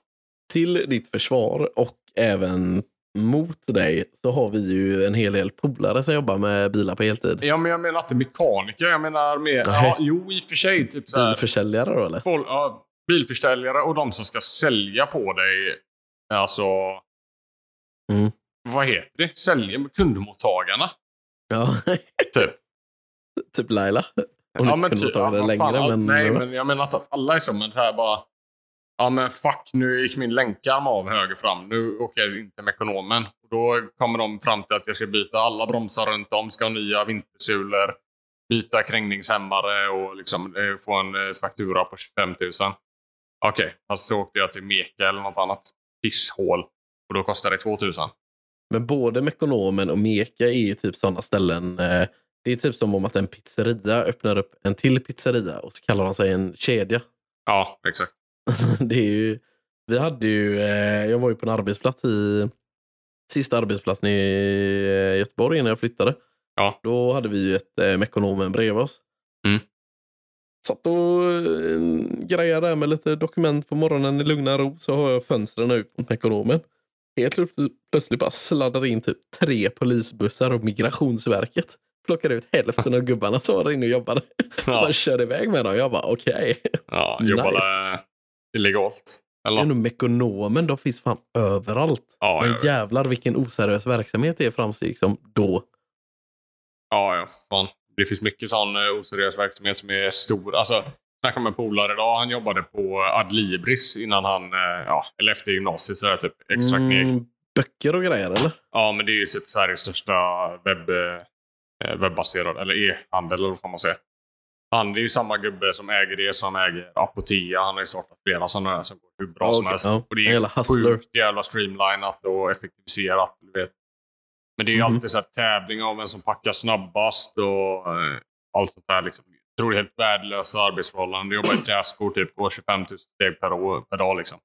C: till ditt försvar och även mot dig så har vi ju en hel del polare som jobbar med bilar på heltid.
B: Ja, men jag menar inte mekaniker. Jag menar mer...
C: Nej.
B: Ja, jo, i och för sig. Typ så här,
C: Bilförsäljare då eller?
B: Fol- ja, bilförsäljare och de som ska sälja på dig. Alltså...
C: Mm.
B: Vad heter det? Sälja, kundmottagarna.
C: Ja,
B: Typ.
C: [LAUGHS] typ Laila. Hon inte kunde ta det
B: vad
C: längre,
B: typ, fan,
C: men-
B: Nej, men jag menar inte att alla är så, men det här bara... Ja, men fuck, nu gick min länkarm av höger fram. Nu åker jag inte med ekonomen. Och då kommer de fram till att jag ska byta alla bromsar runt om, ska ha nya vintersulor, byta krängningshämmare och liksom, eh, få en eh, faktura på 25 000. Okej, fast så åkte jag till Meka eller något annat pisshål och då kostar det 2 000.
C: Men både Mekonomen och Meka är ju typ sådana ställen. Eh, det är typ som om att en pizzeria öppnar upp en till pizzeria och så kallar de sig en kedja.
B: Ja, exakt.
C: Alltså, [LAUGHS] det är ju, vi hade ju, eh, jag var ju på en arbetsplats i, sista arbetsplatsen i eh, Göteborg när jag flyttade.
B: Ja.
C: Då hade vi ju ett eh, Mekonomen bredvid oss.
B: Mm.
C: Satt och eh, grejade där med lite dokument på morgonen i lugna ro så har jag fönstren ut mot Mekonomen. Helt plö- plötsligt bara sladdar in typ tre polisbussar och Migrationsverket. Plockar ut hälften av gubbarna som var där inne och jobbade. [LAUGHS]
B: Ja,
C: Bara körde iväg med dem. Jag bara okej.
B: ja jobbar eh, illegalt.
C: Det
B: Eller
C: är nog
B: något.
C: Mekonomen, de finns fan överallt.
B: Ja,
C: Men
B: jag vet.
C: jävlar vilken oseriös verksamhet det är framsteg som då.
B: Ja, ja, fan. Det finns mycket sån eh, oseriös verksamhet som är stor. Alltså, jag snackade med en polare idag. Han jobbade på Adlibris innan han, eh, ja, eller efter gymnasiet. Så där, typ extra kneg.
C: Mm, böcker och grejer eller?
B: Ja, men det är ju typ Sveriges största webb, eh, webbaserad, eller e-handel eller vad får man säga. Han, det är ju samma gubbe som äger det som äger Apotea. Han har ju startat flera sådana här som går hur bra som
C: Okej,
B: helst.
C: ja.
B: Och det är
C: Hela Hustler.
B: sjukt jävla streamlinat och effektiviserat. Du vet. Men det är ju
C: Mhm.
B: alltid så här tävling om vem som packar snabbast och eh, allt sånt där. Liksom. Jag tror det är helt värdelösa arbetsförhållanden. Du jobbar i träskor, typ, går 25 000 steg per, år, per dag. Liksom.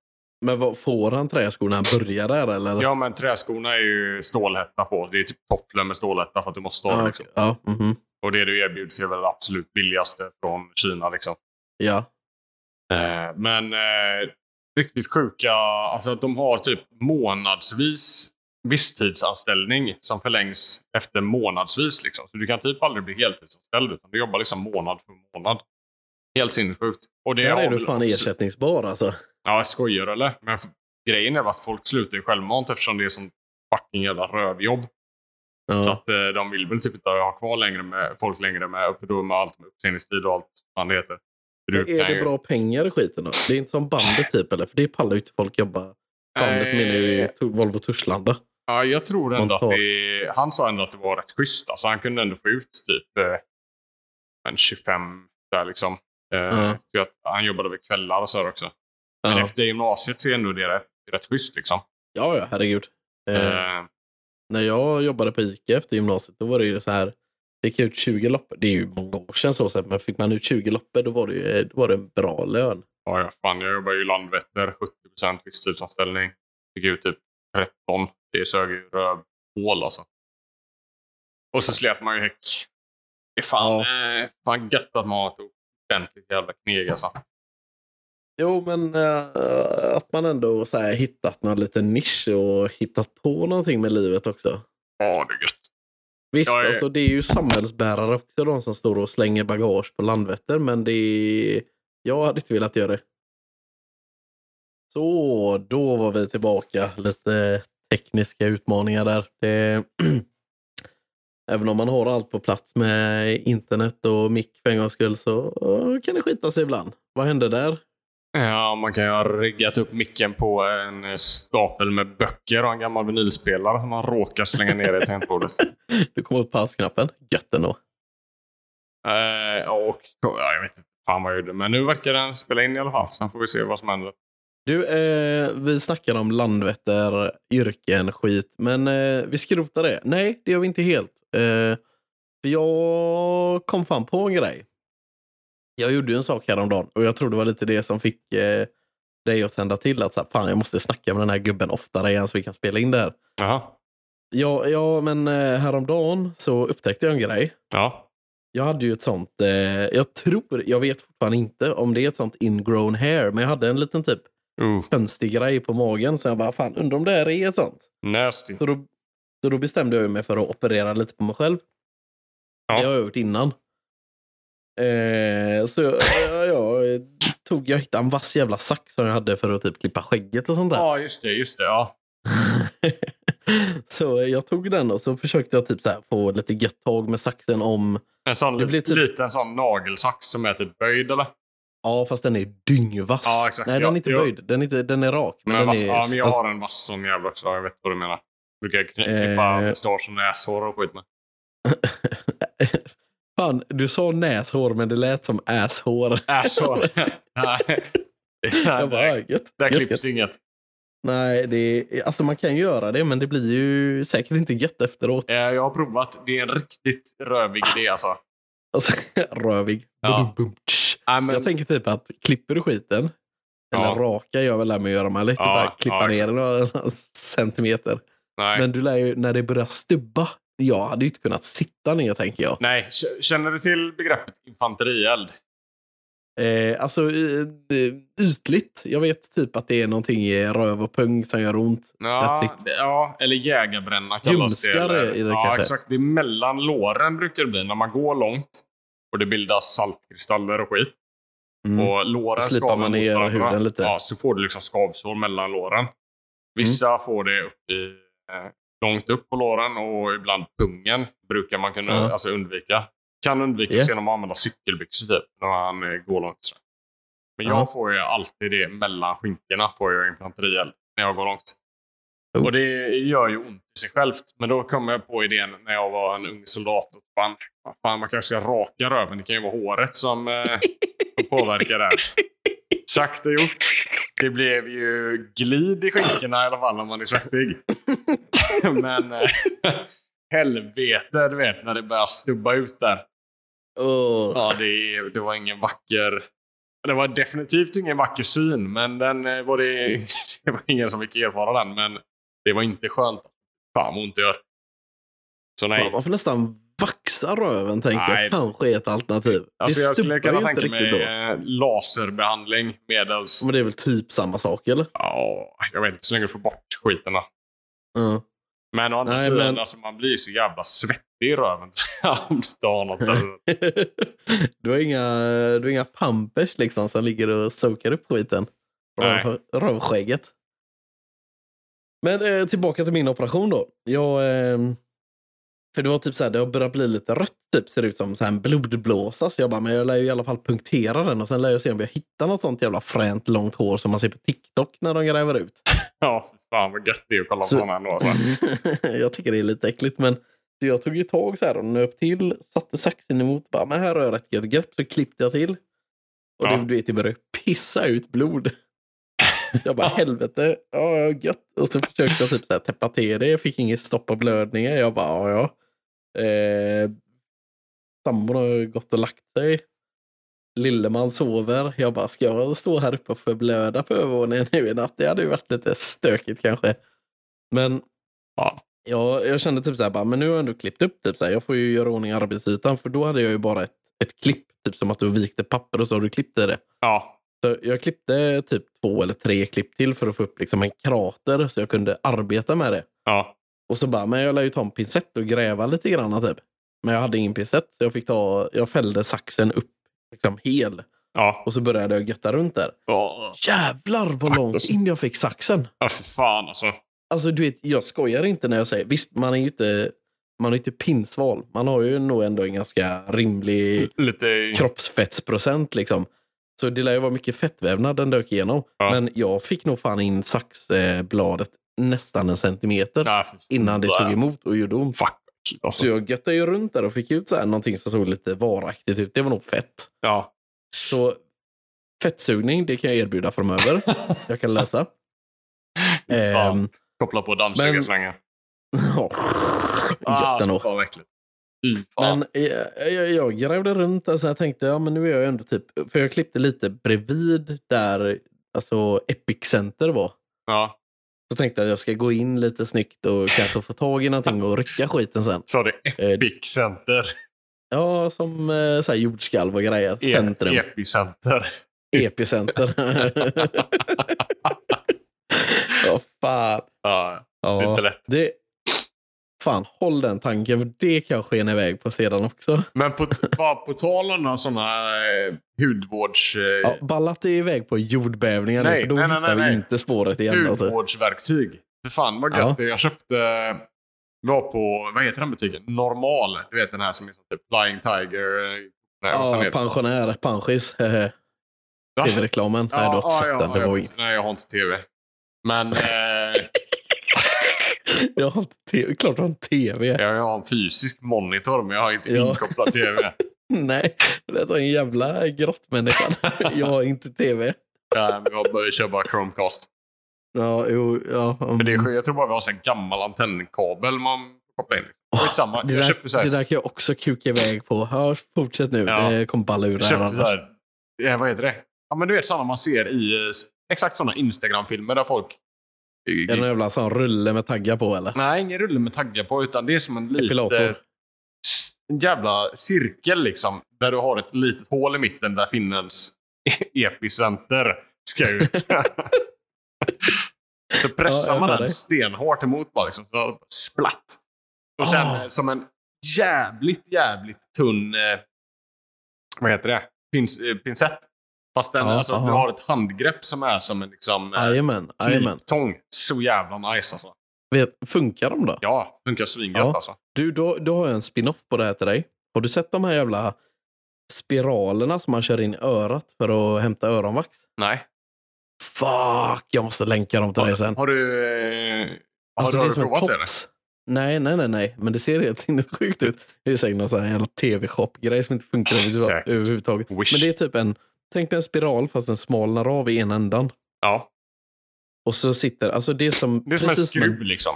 C: Men vad, får han träskor när han börjar där eller?
B: Ja, men träskorna är ju stålhätta på. Det är typ tofflor med stålhätta för att du måste ha det.
C: ah,
B: Liksom.
C: okej. ja, mhm.
B: Och det du erbjuds är väl det absolut billigaste från Kina. Liksom.
C: ja.
B: Eh, Men eh, riktigt sjuka, alltså att de har typ månadsvis visstidsanställning som förlängs efter månadsvis. Liksom. Så du kan typ aldrig bli heltidsanställd utan du jobbar liksom månad för månad. Helt sinnessjukt. Och det
C: Där
B: har
C: är du
B: väl
C: fan
B: också-
C: ersättningsbar alltså.
B: Ja, jag skojar eller? Men f- grejen är väl att folk slutar ju självmant eftersom det är sånt fucking jävla rövjobb. Så
C: Ja.
B: att eh, de vill väl typ inte ha kvar längre med, folk längre med, för då med allt med uppsägningstid och allt vad det heter. För du
C: Är
B: kan
C: det
B: ju-
C: bra pengar i skiten då? Det är inte som bandet typ eller? För det pallar ju inte folk jobba. Bandet
B: Eh,
C: menar ju i To- Volvo Torslanda.
B: Ja, jag tror ändå att
C: Montage.
B: det, han sa ändå att det var rätt schysst. Alltså, han kunde ändå få ut typ eh, en 25 där liksom. Eh,
C: Ja.
B: så att han jobbade över kvällar och så där också. Men
C: Ja.
B: efter gymnasiet så är ändå det rätt, rätt schysst liksom.
C: ja, ja, herregud. Eh,
B: Eh,
C: när jag jobbade på ICA efter gymnasiet, då var det ju så här. Fick jag ut 20 loppor, det är ju många år sedan så sett, men fick man ut 20 loppor då var det ju då var det en bra lön.
B: ja, ja, fan, jag jobbar ju i Landvetter, 70 visstidsanställning. Fick ut typ 13. Det sög ju rövhål alltså. Och så slet man ju häck. Det är fan, eh, fan gött att man har ett ordentligt jävla kneg alltså.
C: Jo, men eh, att man ändå så här, hittat någon liten nisch och hittat på någonting med livet också.
B: Ja, det är gött.
C: Visst,
B: Jag är-
C: alltså, det är ju samhällsbärare också, de som står och slänger bagage på Landvetter, men det är... jag hade inte velat göra det. Så, då var vi tillbaka. Lite tekniska utmaningar där. Det... [CLEARS THROAT] Även om man har allt på plats med internet och mick för en gångs skull så eh, kan det skita sig ibland. Vad hände där?
B: Ja, man kan ju ha riggat upp micken på en stapel med böcker och en gammal vinylspelare som man råkar slänga ner i
C: [LAUGHS]
B: tangentbordet.
C: Du kom upp pausknappen. Gött ändå.
B: Eh, och, ja, jag vet inte fan vad jag gjorde, men nu verkar den spela in i alla fall. Sen får vi se vad som händer.
C: Du, eh, vi snackar om Landvetter, yrken, skit. Men eh, vi skrotar det. Nej, det gör vi inte helt. Eh, för jag kom fan på en grej. Jag gjorde ju en sak häromdagen och jag tror det var lite det som fick eh, dig att tända till. Att så här, fan, jag måste snacka med den här gubben oftare igen så vi kan spela in det här.
B: Jaha.
C: Ja, ja men eh, häromdagen så upptäckte jag en grej.
B: Ja.
C: Jag hade ju ett sånt, eh, jag tror, jag vet fortfarande inte om det är ett sånt ingrown hair, men jag hade en liten typ
B: Uh,
C: konstig grej på magen. Så jag bara, fan undrar om det här är sånt.
B: nasty.
C: Så då, så då bestämde jag mig för att operera lite på mig själv.
B: Ja.
C: Det har jag gjort innan. Eh, så jag, jag, jag, tog, jag hittade en vass jävla sax som jag hade för att typ klippa skägget och sånt där.
B: Ja, just det. Just det. Ja.
C: [LAUGHS] så jag tog den och så försökte jag typ så här få lite gött tag med saxen om...
B: En sån
C: Det blir
B: li-
C: typ-
B: liten sån nagelsax som är typ böjd, eller?
C: Ja, fast den är dyngvass.
B: Ja, exakt.
C: Nej,
B: Ja,
C: den är inte
B: jo.
C: böjd. Den är, inte, den är rak. Men
B: Men
C: den
B: vass,
C: är,
B: ja, men jag
C: alltså,
B: har en vass sån jävla också. Jag vet vad du menar. Brukar jag kn- klippa
C: Eh.
B: mustasch och näshår och skit med.
C: [LAUGHS] Fan, du sa näshår, men det lät som
B: [LAUGHS]
C: asshår. [LAUGHS]
B: Näshår. Nej. Det är-
C: Jag bara,
B: Där,
C: gött, gött,
B: där
C: gött.
B: klipps det inget.
C: Nej, det är, alltså man kan göra det, men det blir ju säkert inte gött efteråt.
B: Eh, Jag har provat. Det är en riktigt rövig idé alltså.
C: Alltså, [LAUGHS] rövig.
B: Ja.
C: Bum, bum, tsch.
B: Nej, men,
C: Ah, Jag tänker typ att klipper du skiten Eller
B: Ja.
C: raka gör väl det med att göra. Man lär inte
B: Ja,
C: bara klippa
B: ja,
C: ner
B: exakt.
C: den några [LAUGHS] centimeter.
B: Nej.
C: Men du lär ju, när det börjar stubba. Jag hade ju inte kunnat sitta ner tänker jag.
B: Nej. K- Känner du till begreppet infanterield?
C: Eh, alltså eh, eh, ytligt. Jag vet typ att det är någonting i röv och pung som gör ont. That's
B: Ja,
C: it.
B: det- ja, eller jägarbränna kallas det.
C: Ljumskar
B: Eller,
C: är det
B: ja,
C: kanske.
B: exakt. Det är mellan låren brukar det bli när man går långt och det bildas saltkristaller och skit.
C: Mm.
B: Och låren
C: Slipar
B: skaver
C: man
B: mot
C: ner
B: varandra.
C: huden lite. Mm.
B: Ja, så får du liksom skavsår mellan låren. Vissa får det upp i, eh, långt upp på låren och ibland pungen brukar man kunna
C: Ja.
B: alltså undvika. Kan undvikas
C: Ja.
B: genom att använda cykelbyxor typ, när man eh, går långt. Så. Men jag
C: Ja.
B: får ju alltid det mellan skinkorna, får jag infanterield när jag går långt.
C: Oh.
B: Och det gör ju ont i sig självt. Men då kom jag på idén när jag var en ung soldat. att Fan, vad fan man kanske ska raka röven. Det kan ju vara håret som, eh, som påverkar där. Sagt och gjort. Det blev ju glid i skinkorna i alla fall när man är svettig. [LAUGHS] Men eh, helvete, du vet, när det börjar stubba ut där.
C: Åh.
B: Ja, det, det var ingen vacker... Det var definitivt ingen vacker syn, men den eh, var det, [LAUGHS] det var ingen som fick erfara den. Men det var inte skönt. Fan vad ont det gör. Så nej.
C: Fan, man får nästan vaxa röven tänker
B: Nej.
C: jag. Kanske är ett alternativ.
B: Alltså,
C: det
B: jag
C: stupar
B: skulle
C: ju
B: kunna
C: inte
B: tänka
C: riktigt
B: mig
C: då.
B: eh, laserbehandling medels...
C: Men det är väl typ samma sak eller?
B: Ja, jag vet inte, så länge du får bort skiterna.
C: Ja.
B: Men å andra
C: Nej,
B: sidan,
C: men-
B: alltså, man blir ju så jävla svettig i röven [LAUGHS] om du inte har något. där.
C: [LAUGHS] du, har inga, du har inga pampers liksom som ligger och soakar upp skiten.
B: Nej.
C: Röv- Rövskägget. Men eh, tillbaka till min operation då. Jag, eh, för det var typ så här, det har börjat bli lite rött typ. Ser ut som så här en blodblåsa. Så jag bara, men jag lär ju i alla fall punktera den och sen lär jag se om jag hittar något sånt jävla fränt långt hår som man ser på TikTok när de gräver ut.
B: Ja, fy fan vad gött det är att kolla på
C: Så-
B: sådana ändå. Alltså.
C: [LAUGHS] jag tycker det är lite äckligt men så jag tog ju tag så här och nöp till, satte saxen emot, bara men här har jag rätt gött grepp, så klippte jag till. Och
B: Ja.
C: det, du vet, det började pissa ut blod. Jag bara helvete, ja ja, gött. Och så försökte jag typ så här täppa till det, jag fick inget stopp på blödningen. Jag bara ja ja. Eh, Sambon har gått och lagt sig. Lilleman sover. Jag bara, ska jag stå här uppe och förblöda på övervåningen [LAUGHS] nu i natt? Det hade ju varit lite stökigt kanske. Men
B: Ja.
C: jag, jag kände typ så här, bara, men nu har jag ändå klippt upp. Typ så här, jag får ju göra ordning arbetsytan, för då hade jag ju bara ett, ett klipp. Typ som att du vikte papper och så har du klippt i det.
B: Ja,
C: Så jag klippte typ två eller tre klipp till för att få upp liksom en krater så jag kunde arbeta med det.
B: ja.
C: Och så bara, men jag lär ju ta en pincett och gräva lite grann typ. Men jag hade ingen pincett så jag fick ta, jag fällde saxen upp liksom hel.
B: Ja.
C: Och så började jag götta runt där.
B: Ja,
C: Jävlar vad långt
B: alltså.
C: in jag fick saxen.
B: ja, för fan alltså.
C: Alltså du vet, jag skojar inte när jag säger, visst man är ju inte, man är inte pinsval. Man har ju nog ändå en ganska
B: Mm.
C: rimlig
B: Lite...
C: kroppsfettsprocent liksom. Så det lär ju vara mycket fettvävnad den dök igenom.
B: Ja.
C: Men jag fick nog fan in saxbladet nästan en centimeter
B: Ja, för-
C: innan det tog emot och gjorde ont.
B: Fuck. Alltså.
C: Så jag göttade ju runt där och fick ut så här någonting som såg lite varaktigt ut. Det var nog fett.
B: Ja.
C: Så fettsugning, det kan jag erbjuda framöver. Jag
B: [LAUGHS]
C: kan läsa. Ehm,
B: Koppla på
C: Men-
B: dammsugarslängan.
C: ja. Gött ändå.
B: Ah, fan vad äckligt. Fy fan.
C: Men eh, jag, jag grävde runt där så jag tänkte, ja men nu är jag ändå typ, för jag klippte lite bredvid där alltså Epicenter var.
B: Ja.
C: Så tänkte jag att jag ska gå in lite snyggt och kanske få tag i någonting och rycka skiten sen.
B: Så det
C: Eh,
B: Epicenter.
C: Ja, som eh, så här jordskalv och grejer.
B: E-
C: Centrum.
B: Epicenter. [LAUGHS]
C: Epicenter. Ja, fan.
B: Ja, det är
C: Ja,
B: inte lätt.
C: det... Fan, håll den tanken, för det kan skena iväg på sedan också.
B: Men
C: [LAUGHS]
B: på, bara på tal om några sådana eh, hudvårds... Eh,
C: Ja, ballat är iväg på jordbävningar nu,
B: Nej,
C: för då
B: nej, nej,
C: hittar vi
B: nej.
C: inte spåret igen. Alltså.
B: hudvårdsverktyg. För fan vad gött
C: Ja.
B: det är. Jag köpte... var på... Vad heter den butiken? Normal. Du vet den här som är sån typ Flying Tiger. eh, Nej, vad fan
C: Ja,
B: heter
C: pensionär, [LAUGHS] pensionärs.
B: Va?
C: Tv-reklamen.
B: Ah,
C: Nej, du har inte sett den. Det
B: jag
C: var
B: vet.
C: inget.
B: Nej, jag har inte tv. Men eh,
C: [LAUGHS] Jag har inte tv. Klart du har en tv.
B: jag har en fysisk monitor, men jag har inte
C: Ja.
B: inkopplad
C: [LAUGHS]
B: tv.
C: [LAUGHS] Nej, det var en jävla grottmänniska. [LAUGHS] Jag har inte tv.
B: Nej, men jag börjar köra bara Chromecast.
C: Ja, jo, ja. mm.
B: Men det är, skö- jag tror bara vi har sån gammal antennkabel man kopplar in. Skitsamma.
C: Det
B: jag
C: där,
B: köpte så här,
C: det där kan jag också kuka iväg på. Ja, fortsätt nu.
B: Ja.
C: Det kommer balla ur det
B: jag
C: här
B: köpte så
C: annars.
B: här eh, vad heter det? Ja, men du vet sådana man ser i eh, s- exakt sådana Instagram-filmer där folk... eh,
C: Är det någon jävla sån rulle med taggar på eller?
B: [LAUGHS] Nej, ingen rulle med taggar på, utan det är som en liten...
C: Epilator.
B: En jävla cirkel liksom. Där du har ett litet hål i mitten där finnens epicenter ska
C: [LAUGHS]
B: ut. så
C: Ja,
B: pressar
C: jag
B: man
C: hör
B: den
C: dig.
B: stenhårt emot bara liksom. Så splatt! Och sen
C: Ah.
B: eh, som en jävligt, jävligt tunn... Eh, vad heter det? Pins, eh, pinsett. Fast den,
C: Ja,
B: alltså,
C: aha.
B: du har ett handgrepp som är som en liksom, eh,
C: Jajamän, jajamän.
B: kniptång. Så jävla nice alltså.
C: Vet- Funkar de då?
B: Ja, funkar svingött
C: Ja.
B: alltså.
C: Du, då, då har jag en spin-off på det här till dig. Har du sett de här jävla spiralerna som man kör in i örat för att hämta öronvax?
B: Nej.
C: Fuck, jag måste länka dem till dig sen.
B: Har du, eh, har
C: Alltså,
B: du, har
C: är
B: du
C: som en
B: provat det? eller?
C: tops. Nej, nej, nej, nej, men det ser helt sinnessjukt ut. Det är säkert någon sån här jävla tv-shop-grej som inte funkar över-
B: Säkert.
C: överhuvudtaget.
B: Wish.
C: Men det är typ en, tänk dig en spiral fast den smalnar av i ena ändan.
B: ja.
C: Och så sitter, alltså det är som...
B: det är som en
C: precis
B: skruv liksom.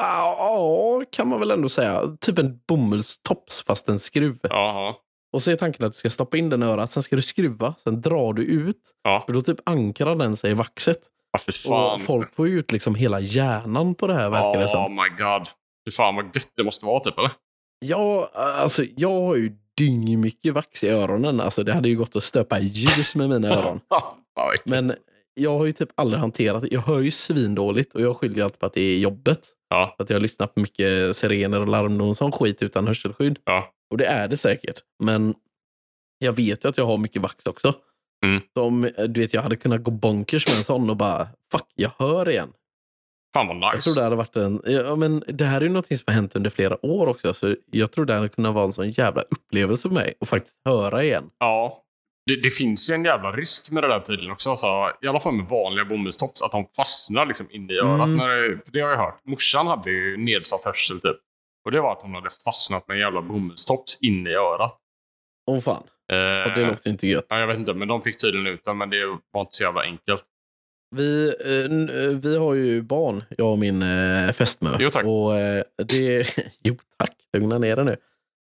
C: Ja, ah, kan man väl ändå säga. Typ en bomullstops fast en skruv.
B: Ja,
C: Och så är tanken att du ska stoppa in den i örat, sen ska du skruva, sen drar du ut.
B: ja.
C: För då typ ankrar den sig i vaxet.
B: Ja, fy
C: Och
B: fan.
C: folk får ju ut liksom hela hjärnan på det här verkar det
B: oh
C: som.
B: my god. Fy fan vad gött det måste vara typ, eller?
C: Ja, alltså jag har ju dyngmycket vax i öronen. Alltså det hade ju gått att stöpa i ljus med mina öron.
B: [LAUGHS] Ja, vad äckligt.
C: Men jag har ju typ aldrig hanterat det. Jag hör ju svindåligt och jag skyller ju alltid på att det är jobbet.
B: ja,
C: För att jag har lyssnat på mycket sirener och larm och sån skit utan hörselskydd.
B: Ja.
C: Och det är det säkert. Men jag vet ju att jag har mycket vax också.
B: Mm.
C: Så om, eh, du vet, jag hade kunnat gå bonkers med en sån och bara fuck, jag hör igen.
B: fan vad
C: Jag tror det
B: nice.
C: hade varit en... Ja, men det här är ju någonting som har hänt under flera år också. Så jag tror det hade kunnat vara en sån jävla upplevelse för mig och faktiskt höra igen.
B: Ja. Det, det finns ju en jävla risk med det där tydligen också. Alltså, I alla fall med vanliga bomullstops, att de fastnar liksom inne i örat.
C: Mm.
B: När det, för det har jag hört. Morsan hade ju nedsatt hörsel typ. Och det var att hon hade fastnat med en jävla bomullstops inne i örat.
C: Åh fan,
B: Eh,
C: och det låter ju inte gött.
B: ja, jag vet inte, men de fick tydligen ut den, men det var inte så jävla enkelt.
C: Vi, eh, n- eh, vi har ju barn, jag och min eh, fästmö.
B: Jo, tack.
C: Och, eh, det, [LAUGHS] jo tack, lugna ner dig nu.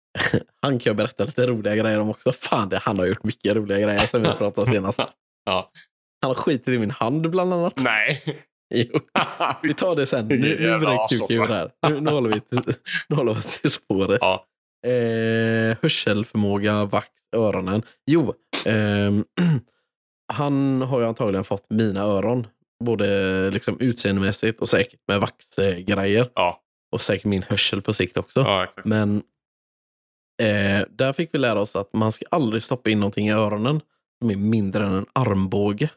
C: [LAUGHS] Han kan jag berätta lite roliga grejer om också. Fan, det, han har gjort mycket roliga grejer sen vi pratade senast.
B: [LAUGHS] Ja.
C: Han har skitit i min hand bland annat.
B: Nej.
C: [LAUGHS] Jo, vi tar det sen. Nu,
B: Vilket
C: nu
B: jävla
C: blir det
B: as
C: kuk ur
B: alltså.
C: det här. Nu, nu håller vi till, [LAUGHS] nu håller vi oss till spåret.
B: [LAUGHS] Ja.
C: Eh, hörselförmåga, vax, öronen. Jo, ehm, [CLEARS THROAT] han har ju antagligen fått mina öron. Både liksom utseendemässigt och säkert med vaxgrejer.
B: ja.
C: Och säkert min hörsel på sikt också.
B: ja exakt.
C: Men eh, där fick vi lära oss att man ska aldrig stoppa in någonting i öronen som är mindre än en armbåge.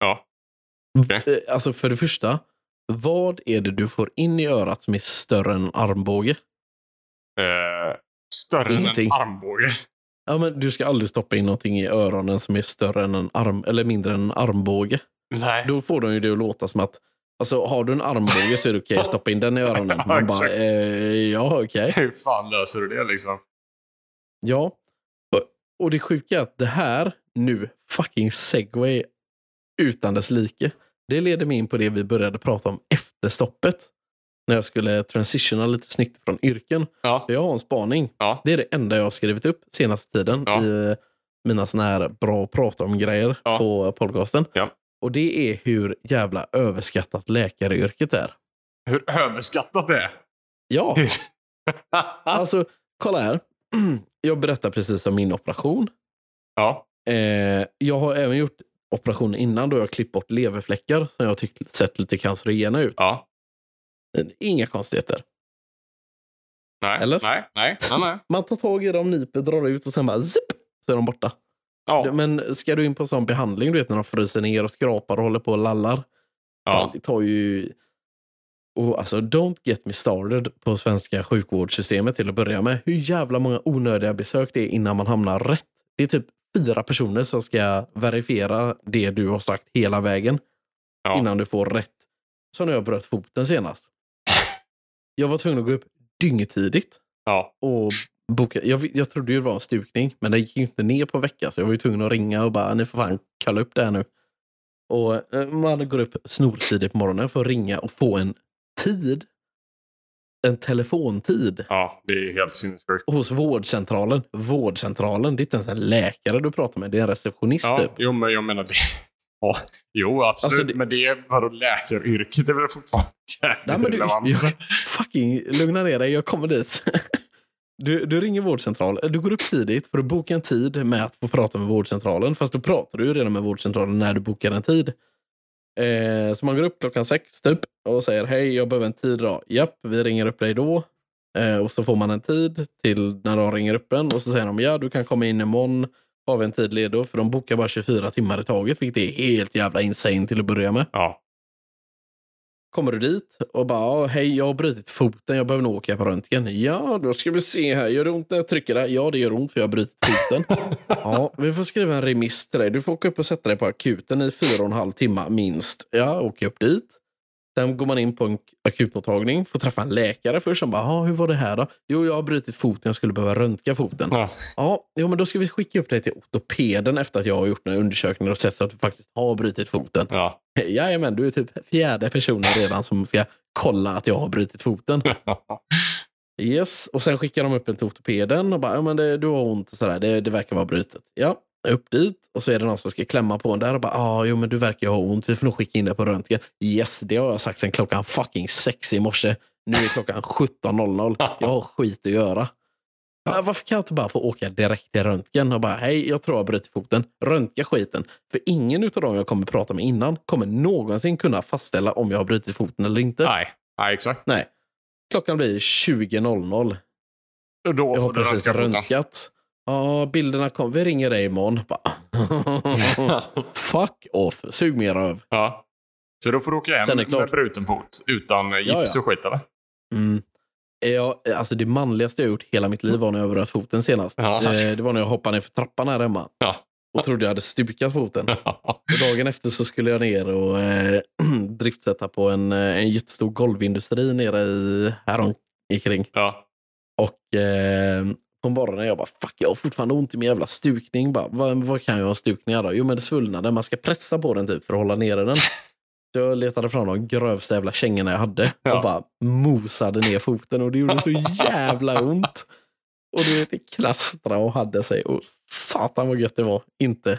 B: Ja.
C: V- eh, Alltså för det första, vad är det du får in i örat som är större än en armbåge?
B: Eh, större
C: Ingenting.
B: än en armbåge.
C: Ja, men du ska aldrig stoppa in någonting i öronen som är större än en arm, eller mindre än en armbåge.
B: Nej.
C: Då får de ju det att låta som att Alltså har du en armbåge så är det okej att stoppa in den i öronen.
B: [LAUGHS] Ja,
C: Man bara,
B: exakt.
C: eh, ja okej.
B: Hur fan löser du det liksom?
C: Ja. Och- Och det sjuka är att det här nu, fucking segway utan dess like. Det leder mig in på det vi började prata om efter stoppet. När jag skulle transitiona lite snyggt från yrken.
B: Ja.
C: Jag har en spaning.
B: Ja.
C: Det är det enda jag har skrivit upp senaste tiden
B: Ja.
C: i eh, mina såna här bra att prata om-grejer
B: Ja.
C: på podcasten.
B: Ja.
C: Och det är hur jävla överskattat läkaryrket är.
B: Hur överskattat det
C: [LAUGHS]
B: är.
C: Ja, alltså kolla här. [CLEARS THROAT] Jag berättar precis om min operation.
B: ja.
C: Eh, jag har även gjort operation innan då jag klippt bort leverfläckar som jag tyckt sett lite cancerogena ut.
B: Ja.
C: Inga konstigheter.
B: Nej.
C: Eller?
B: Nej. Nej. Nej. nej.
C: Man tar tag i dem, nyper, drar ut och sen bara zip, så är de borta.
B: Ja.
C: Men ska du in på en sån behandling, du vet när de fryser ner och skrapar och håller på och lallar. Fan,
B: Ja.
C: det tar ju... Och alltså, don't get me started på svenska sjukvårdssystemet till att börja med. Hur jävla många onödiga besök det är innan man hamnar rätt. Det är typ fyra personer som ska verifiera det du har sagt hela vägen
B: Ja.
C: innan du får rätt. Så när jag bröt foten senast. Jag var tvungen att gå upp dyngtidigt
B: ja.
C: och boka. Jag, jag trodde ju det var en stukning, men det gick ju inte ner på en vecka så jag var ju tvungen att ringa och bara ni får fan kalla upp det här nu. Och eh, man går upp snortidigt på morgonen för att ringa och få en tid. En telefontid
B: Ja. Det är helt sinnessjukt.
C: hos vårdcentralen. Vårdcentralen, det är inte ens en läkare du pratar med, det är en receptionist
B: Ja.
C: typ.
B: Jo, men jag menar det. Ja, jo, absolut.
C: Alltså, det-
B: Men det, vadå läkaryrket är väl fortfarande
C: Nej,
B: jävligt
C: men du,
B: relevant?
C: jag, [LAUGHS] fucking lugna ner dig, jag kommer dit. [LAUGHS] Du, du ringer vårdcentralen, du går upp tidigt för att boka en tid med att få prata med vårdcentralen. Fast då pratar du ju redan med vårdcentralen när du bokar en tid. Eh, så man går upp klockan sex typ och säger hej, jag behöver en tid då. Japp, vi ringer upp dig då. Eh, och så får man en tid till när de ringer upp en och så säger de ja, du kan komma in imorgon. Har vi en tid ledo? För de bokar bara 24 timmar i taget, vilket är helt jävla insane till att börja med
B: Ja.
C: kommer du dit och bara "Ja, hej, jag har brutit foten, jag behöver nog åka på röntgen. Ja, då ska vi se här. Gör det ont när jag trycker där? Ja, det gör ont för jag har brutit foten.
B: [LAUGHS]
C: ja, vi får skriva en remiss till dig. Du får åka upp och sätta dig på akuten i fyra och en halv timme minst. Ja, åker upp dit. Sen går man in på en akutmottagning, får träffa en läkare först som bara, "Ja, hur var det här då? Jo, jag har brutit foten, jag skulle behöva röntga foten.
B: Ja.
C: Ja, jo, men då ska vi skicka upp dig till ortopeden efter att jag har gjort några undersökningar och sett så att du faktiskt har brutit foten.
B: ja.
C: Jajamän, du är typ fjärde personen redan som ska kolla att jag har brutit foten. Yes, och sen skickar de upp en till ortopeden och bara, ja men det, du har ont och sådär, det, det verkar vara brutet. Ja, upp dit och så är det någon som ska klämma på en där och bara, ja jo men du verkar ju ha ont, vi får nog skicka in dig på röntgen. Yes, det har jag sagt sen klockan fucking sex i morse. Nu är klockan 17.00, jag har skit att göra. Ja, varför kan jag inte bara få åka direkt till röntgen och bara, hej jag tror jag har brutit foten, röntga skiten. För ingen av dem jag kommer prata med innan kommer någonsin kunna fastställa om jag har brutit foten eller inte.
B: Nej. Nej, exakt.
C: Nej. Klockan blir 20.00.
B: Och då
C: Jag har
B: får du
C: precis
B: röntga foten.
C: röntgat. Ja, bilderna kom. Vi ringer dig imorgon. Bara. [LAUGHS] Fuck off. Sug mer röv.
B: [LAUGHS] ja. Så då får du åka hem
C: Sen är det klart.
B: med bruten fot utan gips
C: ja.
B: och skit eller?
C: Mm. Jag, alltså det manligaste jag gjort hela mitt liv var när jag bröt foten senast.
B: [LAUGHS] Ja.
C: Eh, Det var när jag hoppade ner för trappan här hemma.
B: Ja.
C: Och trodde jag hade stukat foten. Och dagen efter så skulle jag ner och eh, [CLEARS THROAT] driftsätta på en, eh, en jättestor golvindustri nere i, härom, i kring.
B: ja.
C: Och eh, på morgonen jag bara, fuck jag har fortfarande ont i min jävla stukning. Bara, vad, vad kan jag ha stukningar då? Jo men det svullnade, man ska pressa på den typ för att hålla nere den. Så jag letade fram de grövsta jävla kängorna
B: [LAUGHS]
C: jag hade
B: Ja.
C: och bara mosade ner foten och det gjorde så
B: [LAUGHS]
C: jävla ont. Och du vet, det klastrade och hade sig. Och satan vad gött det var. Inte.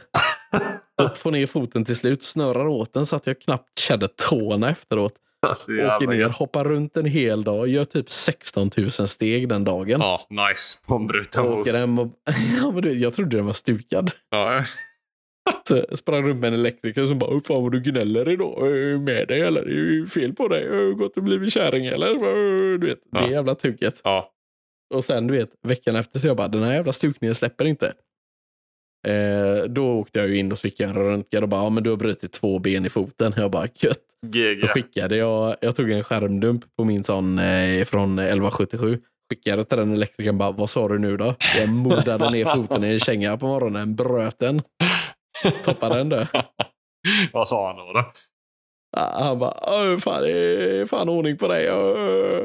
C: Och få ner foten till slut, snörar åt den så att jag knappt kände tårna efteråt.
B: Alltså,
C: Åker
B: jävla-
C: ner, hoppar runt en hel dag, gör typ 16 000 steg den dagen.
B: Ja, nice. På en bruten
C: Jag
B: fot.
C: åker hem och... [LAUGHS] ja, men du, vet, jag trodde den var stukad.
B: Ja.
C: Så jag sprang runt med en elektriker som bara, "Åh, fan vad du gnäller idag. Är du med dig eller? Är det fel på dig? Har du gått och blivit kärring eller? Du vet, det
B: Ja.
C: jävla tugget.
B: ja.
C: Och sen du vet, veckan efter så jag bara, den här jävla stukningen släpper inte. Eh, då åkte jag ju in och så fick jag en röntgen och bara, ja men du har brutit två ben i foten. Jag bara, gött.
B: GG.
C: Då skickade jag, jag tog en skärmdump på min sån eh, från 1177. Skickade till den elektrikern bara, vad sa du nu då? Jag mordade ner foten i en känga på morgonen, bröt den. Toppade den då.
B: Vad sa han då? då?
C: Ah, Han bara, "Åh, hur fan, det är fan ordning på dig. åh."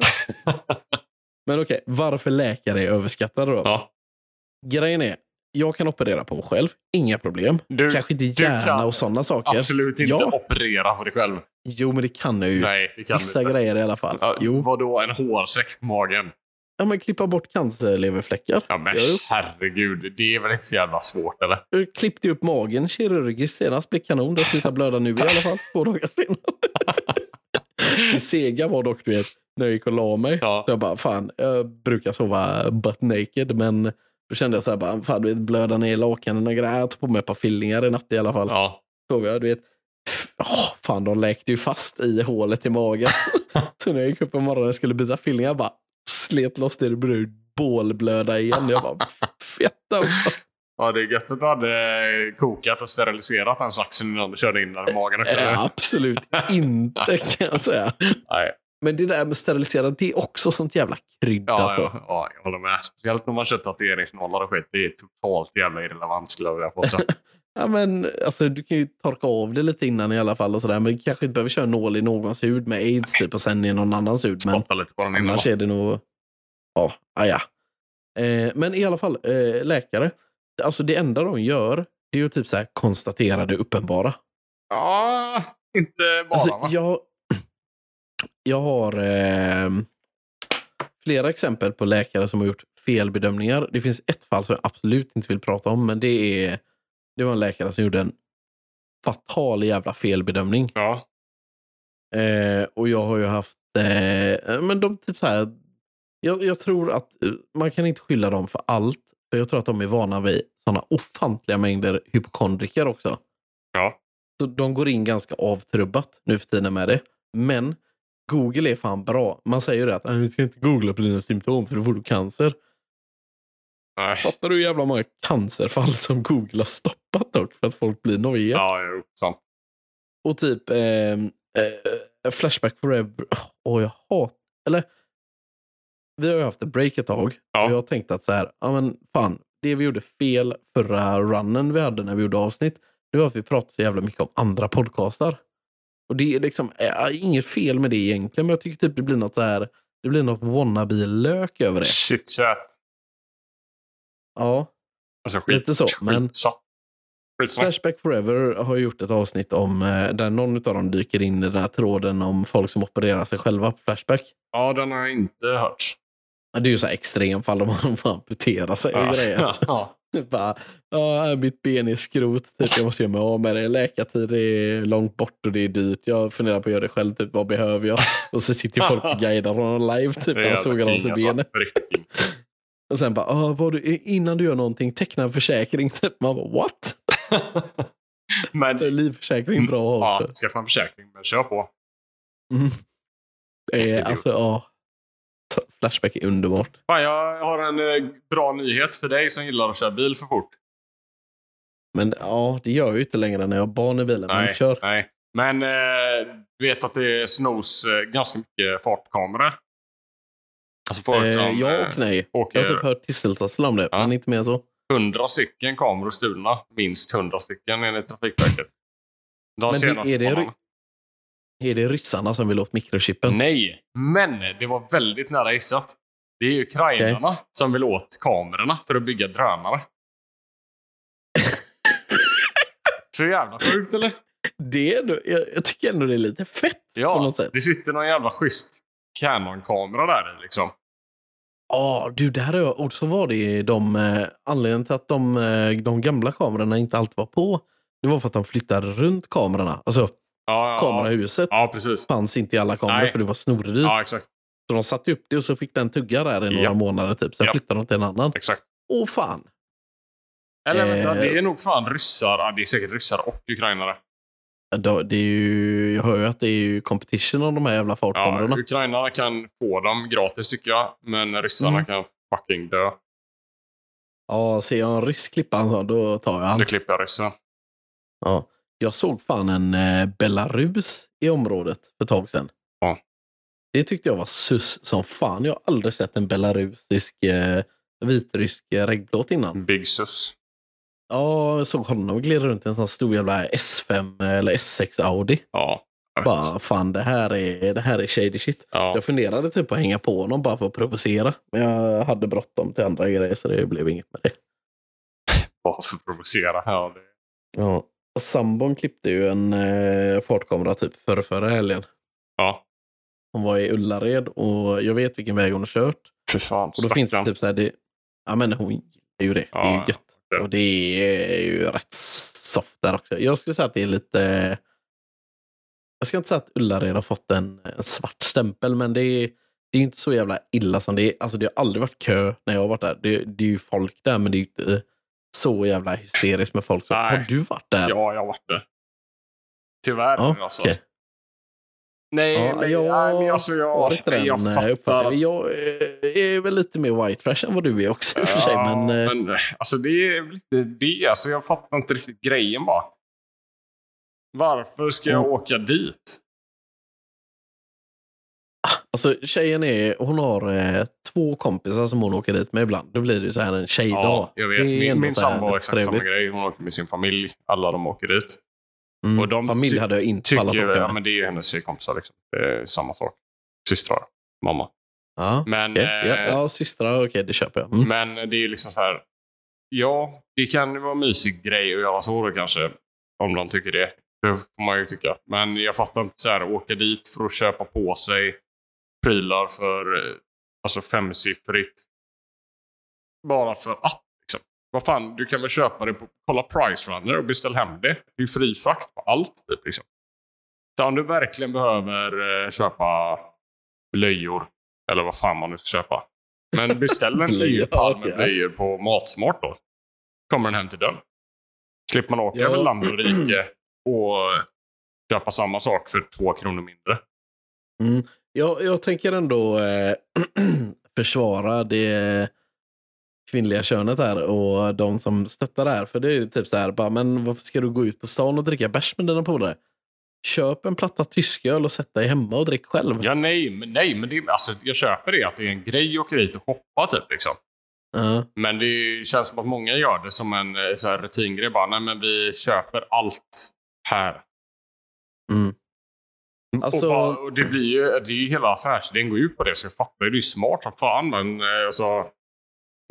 C: Men okej, varför läkare är överskattade då?
B: Ja.
C: Grejen är, jag kan operera på mig själv, inga problem.
B: Du,
C: Kanske inte
B: du
C: hjärna
B: kan
C: och sådana saker.
B: absolut inte
C: Ja.
B: operera för dig själv.
C: Jo, men det kan jag ju.
B: Nej, det kan
C: Vissa
B: du inte.
C: grejer i alla fall.
B: Ja,
C: Jo,
B: Vadå, en hårsäck på magen?
C: ja, men klippa bort cancerleverfläckar.
B: Ja, men
C: Jo.
B: herregud. Det är väl inte så jävla svårt, eller?
C: Jag Eh, klippte upp magen kirurgiskt senast. Blev kanon. Det slutar blöda nu i alla fall. Två dagar senare. [LAUGHS] Det sega var dock, du vet, när jag gick och la mig.
B: Ja.
C: Så jag bara, fan, jag brukar sova butt naked, men då kände jag så här, bara, fan, du vet, blöda ner lakanen och grejer. Jag tog på mig ett par fillingar i natt i alla fall.
B: Ja.
C: Sov jag, du vet. Pff, åh, fan, de läkte ju fast i hålet i magen. så när jag gick upp på morgonen och skulle byta fillingar, jag bara slet loss det, det började bålblöda igen. Jag bara, alltså. fetta.
B: Ja, det är gött att du hade kokat och steriliserat den saxen innan du körde in den i magen också.
C: Eh,
B: eller?
C: absolut inte kan jag säga.
B: Nej.
C: Men det där med steriliserad, det är också sånt jävla krydd.
B: Ja,
C: alltså.
B: ja, ja, jag håller med. Speciellt när man kör tatueringsnålar och skit. Det är totalt jävla irrelevant skulle jag vilja påstå.
C: Ja, [LAUGHS] men, alltså, du kan ju torka av det lite innan i alla fall. Och sådär. Men du kanske inte behöver köra nål i någons hud med aids typ, och sen i någon annans hud. Men
B: Spotta lite på den innan.
C: annars är det nog... Ja, ah, ja. Eh, men i alla fall, eh, läkare. Alltså det enda de gör, det är ju typ så här konstatera det uppenbara.
B: Ja, inte bara
C: Alltså,
B: eh, va?
C: jag, [CLEARS THROAT] jag har eh, flera exempel på läkare som har gjort felbedömningar. Det finns ett fall som jag absolut inte vill prata om, men det är det var en läkare som gjorde en fatal jävla felbedömning.
B: Ja.
C: Eh, och jag har ju haft, eh, men de typ så här, jag, jag tror att eh, man kan inte skylla dem för allt. För jag tror att de är vana vid sådana ofantliga mängder hypokondriker också.
B: Ja.
C: Så de går in ganska avtrubbat nu för tiden med det. Men Google är fan bra. Man säger ju det att "Nej, vi ska inte googla på dina symptom för då får du cancer.
B: Nej.
C: Fattar du hur jävla många cancerfall som Google har stoppat dock för att folk blir nojiga?
B: Ja, jo, sant.
C: Och typ ehm, eh, Flashback Forever. Åh, jag hatar... Eller, vi har ju haft ett break ett tag.
B: Ja.
C: Och jag har tänkt att så här, ja men fan, det vi gjorde fel förra runnen vi hade när vi gjorde avsnitt, det var att vi pratade så jävla mycket om andra podcastar. Och det är liksom eh, inget fel med det egentligen, men jag tycker typ det blir något så här, det blir något wannabe-lök över det.
B: Shit chat.
C: Ja.
B: Alltså skit.
C: Lite så, men-
B: Skitsatt. Skitsnack.
C: Flashback Forever har gjort ett avsnitt om eh, där någon av dem dyker in i den här tråden om folk som opererar sig själva på Flashback.
B: Ja, den har jag inte hört.
C: Ja, Det är ju så här extremfall om man [LAUGHS] får amputera sig och grejer.
B: [LAUGHS] ja.
C: Typ bara, ja, mitt ben är skrot, typ, jag måste göra mig av med det. Läkartid är långt bort och det är dyrt. Jag funderar på att göra det själv, typ, vad behöver jag? Och så sitter ju
B: [LAUGHS]
C: folk och guidar honom live, typ, han sågar av sig benet.
B: Riktigt.
C: Och sen bara, ah, vad du, innan du gör någonting, teckna en försäkring. Typ. Man bara, what?
B: Men
C: Är livförsäkring bra att ha
B: Mm. ja,
C: också?
B: skaffa en försäkring, men kör på.
C: Eh, alltså, ja. Ta- Flashback är underbart.
B: Fan, jag har en eh, bra nyhet för dig som gillar att köra bil för fort.
C: Men ja, det gör jag ju inte längre när jag har barn i bilen. Men
B: Nej,
C: kör.
B: nej. Men eh, du vet att det snos eh, ganska mycket fartkameror? Alltså folk som
C: Eh, ja
B: eh,
C: och nej. Jag har
B: åker
C: typ hört tisseltassel om det,
B: Ja.
C: men inte mer så.
B: hundra stycken kameror stulna. Minst hundra stycken enligt Trafikverket. De
C: det-
B: senaste
C: är det
B: månaderna.
C: Är det ryssarna som vill åt mikrochippen?
B: Nej, men det var väldigt nära gissat. Det är ju ukrainarna som vill åt kamerorna för att bygga [LAUGHS] drönare. Så jävla sjukt eller?
C: Det är ändå, jag, jag tycker ändå det är lite fett på
B: Ja,
C: något sätt.
B: det sitter någon jävla schysst Canon-kamera där i liksom.
C: Ja, du, där har jag, och så var det de, eh, anledningen till att de, eh, de gamla kamerorna inte alltid var på. Det var för att de flyttade runt kamerorna. Alltså
B: Ja, ja, ja.
C: kamerahuset
B: ja precis.
C: fanns inte i alla kameror
B: Nej.
C: för det var snordyrt.
B: Ja, exakt.
C: Så de satte upp det och så fick den tugga där i några
B: Ja.
C: månader typ. Sen
B: Ja.
C: flyttade de till en annan.
B: exakt.
C: Åh fan!
B: Eller
C: Eh.
B: vänta, det är nog fan ryssar. Ja, det är säkert ryssar och ukrainare.
C: Då- Det är ju, jag hör ju att det är ju competition om de här jävla
B: Ja,
C: fartkamerorna.
B: ukrainarna kan få dem gratis tycker jag, men ryssarna
C: Mm.
B: kan fucking dö.
C: Ja, ser jag en rysk klippa en sån, då tar jag han.
B: Nu klipper jag ryssen.
C: Ja. Jag såg fan en eh, Belarus i området för ett tag sedan.
B: Ja.
C: Det tyckte jag var sus som fan. Jag har aldrig sett en belarusisk eh, vitrysk eh, regnplåt innan.
B: Big sus.
C: Ja, jag såg honom glida runt i en sån stor jävla S5 eller S6 Audi.
B: Ja. jag vet.
C: Bara fan, det här är, det här är shady shit.
B: ja.
C: Jag funderade typ på att hänga på honom bara för att provocera. Men jag hade bråttom till andra grejer så det blev inget med det.
B: Bara för att provocera. Ja, det...
C: Ja. Sambon klippte ju en eh, fartkamera typ för förra helgen.
B: ja.
C: Hon var i Ullared och jag vet vilken väg hon har kört.
B: Fy fan.
C: Och då finns det
B: stackarn.
C: typ så här, det, ja men hon gillar ju det. det är ju
B: Ja,
C: gött.
B: ja.
C: Och det är ju rätt soft där också. Jag skulle säga att det är lite... Jag ska inte säga att Ullared har fått en, en svart stämpel, men det är, det är inte så jävla illa som det är. Alltså det har aldrig varit kö när jag har varit där. Det, det är ju folk där, men det är ju inte så jävla hysteriskt med folk. Så,
B: Nej.
C: har du varit där?
B: Ja, jag har varit där. Tyvärr
C: Ja,
B: alltså.
C: okej.
B: Nej,
C: Ja,
B: men,
C: jag
B: nej, men alltså jag...
C: var inte den
B: jag
C: eh,
B: fattar alltså.
C: uppfattningen.
B: att-
C: Jag eh, är väl lite mer white trash än vad du är också i och för sig.
B: Ja,
C: Men, eh,
B: men, eh, alltså det är väl lite det. Alltså jag fattar inte riktigt grejen bara. Varför ska jag
C: Mm.
B: åka dit?
C: alltså, tjejen är, hon har eh, två kompisar som hon åker dit med ibland. Då blir det ju så här en tjejdag.
B: Ja, jag vet.
C: Det är
B: Min,
C: ändå
B: min
C: så här
B: sambo har
C: lite
B: exakt samma
C: trevligt.
B: grej. Hon åker med sin familj. Alla de åker dit.
C: Mm.
B: Och de
C: Familj
B: sy-
C: hade jag inte pallat
B: Tycker,
C: åka
B: ja,
C: med.
B: men det är ju hennes tjejkompisar. Liksom. Det är samma sak. Systrar. Mamma.
C: Ja,
B: Men,
C: okej. ja,
B: eh,
C: ja, systrar, okej, det köper jag. Mm.
B: men det är ju liksom så här. Ja, det kan ju vara en mysig grej att göra så då kanske. Om de tycker det. Det får man ju tycka. Men jag fattar inte så här. Åka dit för att köpa på sig prylar för eh, alltså femsiffrigt. Bara för att. Liksom. Vad fan, du kan väl köpa det på... Kolla Price Runner och beställ hem det. Det är ju fri frakt på allt. Typ, liksom. Så om du verkligen behöver eh, köpa blöjor, eller vad fan man nu ska köpa. Men beställ
C: [LAUGHS]
B: en
C: Blöjor,
B: ny pall med
C: ja.
B: blöjor på Matsmart då. Kommer den hem till dörren. Slipper man åka
C: Ja.
B: över land och rike och köpa samma sak för två kronor mindre.
C: Jag, jag tänker ändå eh, [CLEARS THROAT] försvara det kvinnliga könet här och de som stöttar det här. För det är ju typ så här, bara, men varför ska du gå ut på stan och dricka bärs med dina polare? Köp en platta tysköl och sätt dig hemma och drick själv.
B: Ja, nej, men, nej, men det, alltså, jag köper det att det är en grej att åka dit och shoppa typ. Liksom.
C: Ja.
B: Men det känns som att många gör det som en eh, så här, rutingrej. Bara, nej, men vi köper allt här.
C: Mm.
B: Och
C: Alltså-
B: bara, och det, blir ju, det är ju hela affärsidén går ut på det, så jag fattar ju. Det är ju smart som fan. Men, eh, alltså,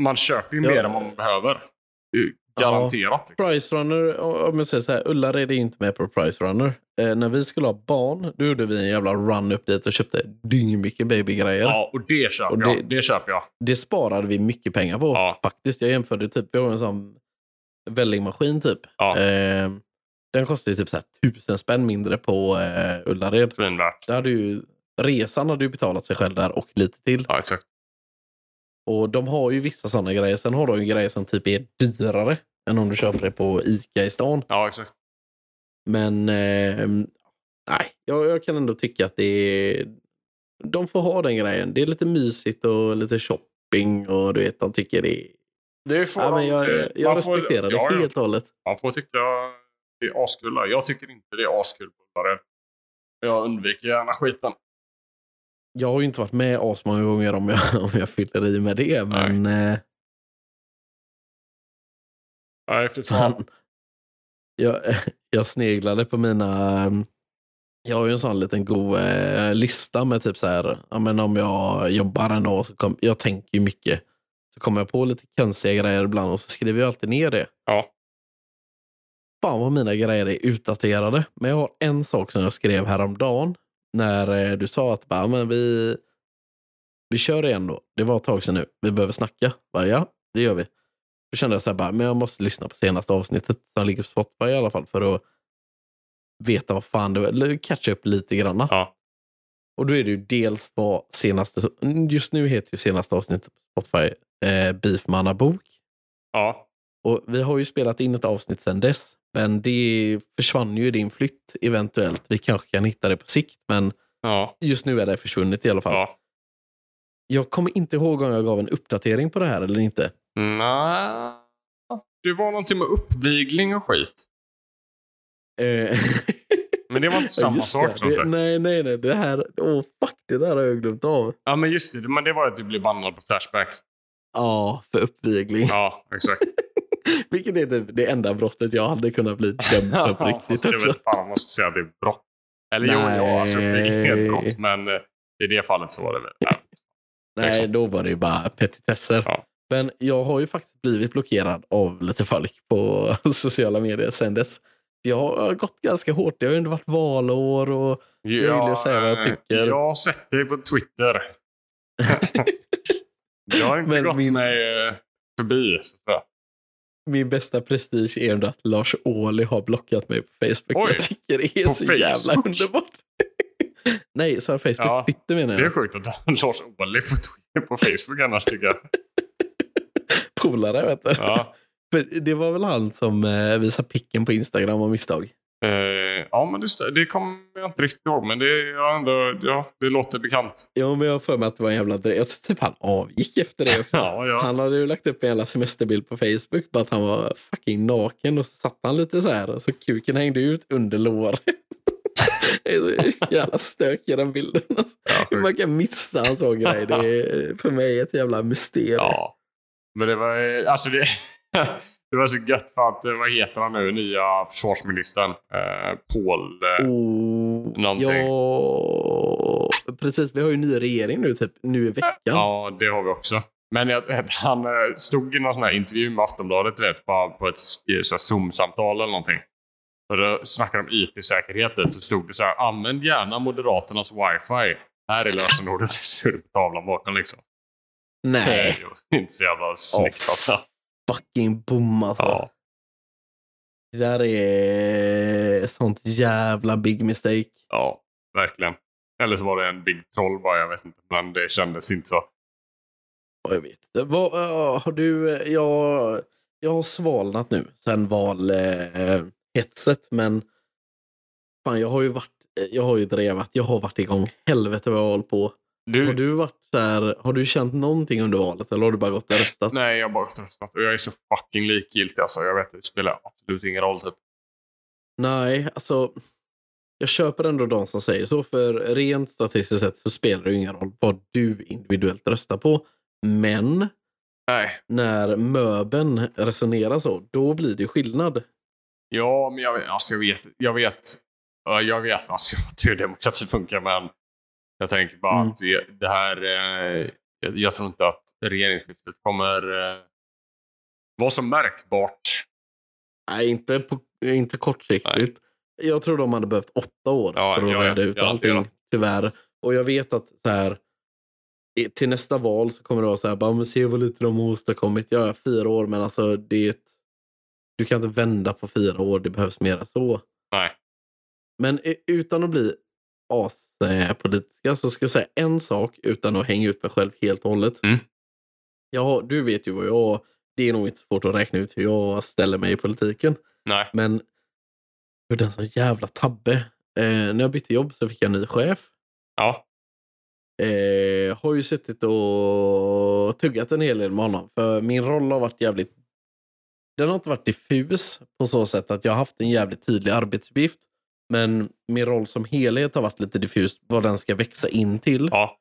B: man köper ju
C: Ja.
B: mer än vad man behöver. Eh, Garanterat. Liksom.
C: Price Runner, o- om jag säger så här, Ullared är ju inte med på Price Runner. Eh, när vi skulle ha barn, då gjorde vi en jävla run upp dit och köpte dyngmycket babygrejer.
B: Ja, och det köper
C: Och det-
B: jag. Det köper jag.
C: det sparade vi mycket pengar på.
B: Ja.
C: Faktiskt. Jag jämförde typ, vi har en sån vällingmaskin typ.
B: Ja.
C: Eh, den kostade ju typ så här tusen spänn mindre på eh, Ullared.
B: Svinvärt.
C: Det hade ju, resan hade ju betalat sig själv där och lite till.
B: Ja, exakt.
C: Och de har ju vissa sådana grejer. Sen har de ju grejer som typ är dyrare än om du köper det på Ica i stan.
B: Ja, exakt.
C: Men eh, nej, jag, jag kan ändå tycka att det är... De får ha den grejen. Det är lite mysigt och lite shopping och du vet, de tycker det är
B: Det får
C: Ja, men
B: de-
C: jag
B: eh,
C: jag
B: man får-
C: respekterar det
B: ja, ja.
C: helt och hållet.
B: Man får tycka det är askul. där. Jag tycker inte det är askul. bullare. Jag undviker gärna skiten.
C: Jag har ju inte varit med asmånga gånger om jag, om jag fyller i med det. Men eh,
B: Nej, fy fan.
C: fan, jag, [LAUGHS] jag sneglade på mina... eh, Jag har ju en sån liten god eh, lista med typ så här, ja, men om jag jobbar en dag, så kom, jag tänker ju mycket. Så kommer jag på lite konstiga grejer ibland och så skriver jag alltid ner det.
B: Ja.
C: Fan vad mina grejer är utdaterade. Men jag har en sak som jag skrev häromdagen. När eh, du sa att bara, men vi, vi kör igen då. Det var ett tag sedan nu. Vi behöver snacka. Bara, ja, det gör vi. Då kände jag så här, bara, men jag måste lyssna på senaste avsnittet som ligger på Spotify i alla fall för att veta vad fan det var. Eller catcha upp lite granna.
B: Ja.
C: Och då är det ju dels vad senaste... Just nu heter ju senaste avsnittet på Spotify eh, Beefmannabok.
B: Ja.
C: Och vi har ju spelat in ett avsnitt sedan dess, men det försvann ju i din flytt eventuellt. Vi kanske kan hitta det på sikt, men
B: Ja.
C: just nu är det försvunnet i alla fall.
B: ja.
C: Jag kommer inte ihåg om jag gav en uppdatering på det här eller inte. Eh,
B: Nej. Det var någonting med uppvigling och skit.
C: Eh, [LAUGHS]
B: Men det var inte samma
C: just
B: sak.
C: det.
B: tror jag
C: Det-
B: inte.
C: Nej, nej, nej. Det här... Åh, fuck. Det där har jag glömt av.
B: Ja, men just det. Men det var att du blev bannad på Flashback.
C: Ja, för uppvigling.
B: Ja, exakt.
C: [LAUGHS] Vilket är typ det enda brottet jag hade kunnat bli
B: [LAUGHS]
C: dömd för på riktigt
B: Fast jag vet
C: också.
B: inte fan om man ska säga att det är ett brott. Eller jo,
C: Nej.
B: ja, alltså, uppvigling är ett brott. Men eh, i det fallet så var det väl... Ja.
C: Nej,
B: Exakt.
C: då var det ju bara petitesser.
B: Ja.
C: Men jag har ju faktiskt blivit blockerad av lite folk på [LAUGHS] sociala medier sen dess. Jag har gått ganska hårt. Det har ju ändå varit valår och Jag vill ju säga vad jag
B: eh,
C: tycker.
B: Jag har sett dig på
C: [LAUGHS]
B: Twitter. jag har inte
C: Men
B: gått
C: min-
B: mig eh, förbi. Så. att säga.
C: min bästa prestige är ändå att Lars Ohly har blockat mig på Facebook.
B: Oj.
C: jag tycker det är
B: På
C: så jävla
B: Facebook?
C: underbart. [LAUGHS] Nej, så Facebook?
B: Ja.
C: Twitter menar
B: Det är
C: jag.
B: sjukt att [LAUGHS] Lars Ohly på, Twitter- på Facebook annars tycker
C: [LAUGHS]
B: jag.
C: Polare, vet du.
B: Ja,
C: [LAUGHS] För det var väl han som eh, visade picken på Instagram av misstag.
B: eh, ja men det, stö- det kommer jag inte riktigt ihåg. Men det, jag ändå, ja, det låter bekant.
C: Ja, men jag har för mig att det var en jävla... dre- Jag tror typ han avgick efter det
B: [LAUGHS]
C: också.
B: Ja, ja.
C: Han hade ju lagt upp en jävla semesterbild på Facebook på att han var fucking naken och så satt han lite så här så kuken hängde ut under låret. [LAUGHS] Det är så jävla stök i den bilden. Alltså. [LAUGHS] Hur
B: Ja,
C: man kan missa
B: [LAUGHS]
C: en sån grej, det är för mig ett jävla mysterium.
B: ja. Men det var eh, alltså det, [LAUGHS] det var så gött för att, eh, vad heter han nu, nya försvarsministern? Eh, Paul. Eh,
C: Och,
B: Någonting.
C: Oh, ja, precis. Vi har ju ny regering nu, typ nu i veckan.
B: Ja, det har vi också. Men jag, [LAUGHS] han eh, stod i någon sån här intervju med Aftonbladet, du vet, bara på ett s- i ett så här Zoom-samtal eller någonting. Och då snackade de IT-säkerhet så stod det så här, använd gärna Moderaternas wifi. Här är lösenordet, så är det på tavlan bakom liksom.
C: Nej.
B: Det var inte så jävla snyggt alltså.
C: fucking boom alltså.
B: Ja.
C: Det där är sånt jävla big mistake.
B: ja, verkligen. Eller så var det en big troll bara, jag vet inte. Men det kändes inte så.
C: Ja, Jag vet inte. Vad, ja, har du, eh, jag, jag har svalnat nu sen valhetset, men fan, jag har ju varit, eh, jag har ju drevat, jag har varit igång. Helvete vad jag har hållit på.
B: Du,
C: Har du varit så här, har du känt någonting under valet eller har du bara gått och röstat?
B: Nej, jag har bara tröttnat. Och jag är så fucking likgiltig alltså. Jag vet, det spelar absolut ingen roll typ.
C: Nej, alltså. Jag köper ändå de som säger så, för rent statistiskt sett så spelar det ju ingen roll vad du individuellt röstar på. Men
B: Nej.
C: när möben resonerar så, då blir det ju skillnad.
B: Ja, men jag, vet- alltså, jag vet. Jag vet. Ja, Jag vet alltså, [LAUGHS] jag vet hur demokrati funkar, men jag tänker bara
C: Mm.
B: att det, det här... Eh, jag, jag tror inte att regeringsskiftet kommer eh, vara så märkbart.
C: Nej, inte, på, inte kortsiktigt.
B: Nej.
C: Jag tror de hade behövt åtta år
B: Ja,
C: för att
B: ja, ja.
C: reda ut
B: Ja,
C: allting,
B: ja.
C: tyvärr. Och jag vet att så här, i- till nästa val så kommer det vara så här, bara, men se vad lite de har åstadkommit. Ja, ja, fyra år, men alltså det är ett, du kan inte vända på fyra år, det behövs mer än så.
B: Nej.
C: Men eh, utan att bli aspolitiska så ska jag säga en sak utan att hänga ut mig själv helt och hållet.
B: Mm.
C: Jag har- du vet ju vad jag... Det är nog inte svårt att räkna ut hur jag ställer mig i politiken.
B: Nej.
C: Men för den sån jävla tabbe. Eh, när jag bytte jobb så fick jag en ny chef.
B: Ja.
C: Eh, har ju suttit och tuggat en hel del med honom. För min roll har varit jävligt... Den har inte varit diffus på så sätt att jag har haft en jävligt tydlig arbetsuppgift. Men min roll som helhet har varit lite diffus vad den ska växa in till.
B: Ja.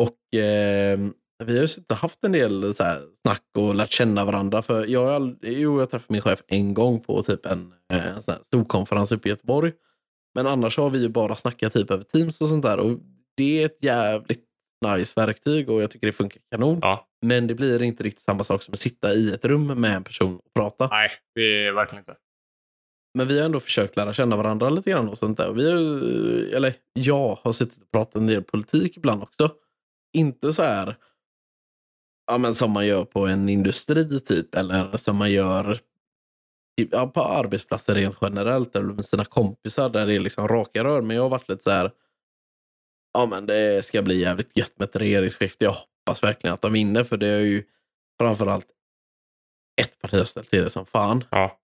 C: Och eh, vi har ju suttit och haft en del så här, snack och lärt känna varandra. För jag, har aldrig- jo, jag träffade min chef en gång på typ en, eh, en sån här stor konferens uppe i Göteborg. Men annars har vi ju bara snackat typ över Teams och sånt där. Och det är ett jävligt nice verktyg och jag tycker det funkar kanon.
B: Ja.
C: Men det blir inte riktigt samma sak som att sitta i ett rum med en person och prata.
B: Nej, det är verkligen inte.
C: Men vi har ändå försökt lära känna varandra lite grann och sånt där. Vi har, ju- eller jag har suttit och pratat en del politik ibland också. Inte så här ja, men som man gör på en industri typ eller som man gör typ, ja, på arbetsplatser rent generellt eller med sina kompisar där det är liksom raka rör. Men jag har varit lite så här ja men det ska bli jävligt gött med ett regeringsskifte. Jag hoppas verkligen att de vinner för det är ju framförallt ett parti har ställt till det som fan.
B: Ja.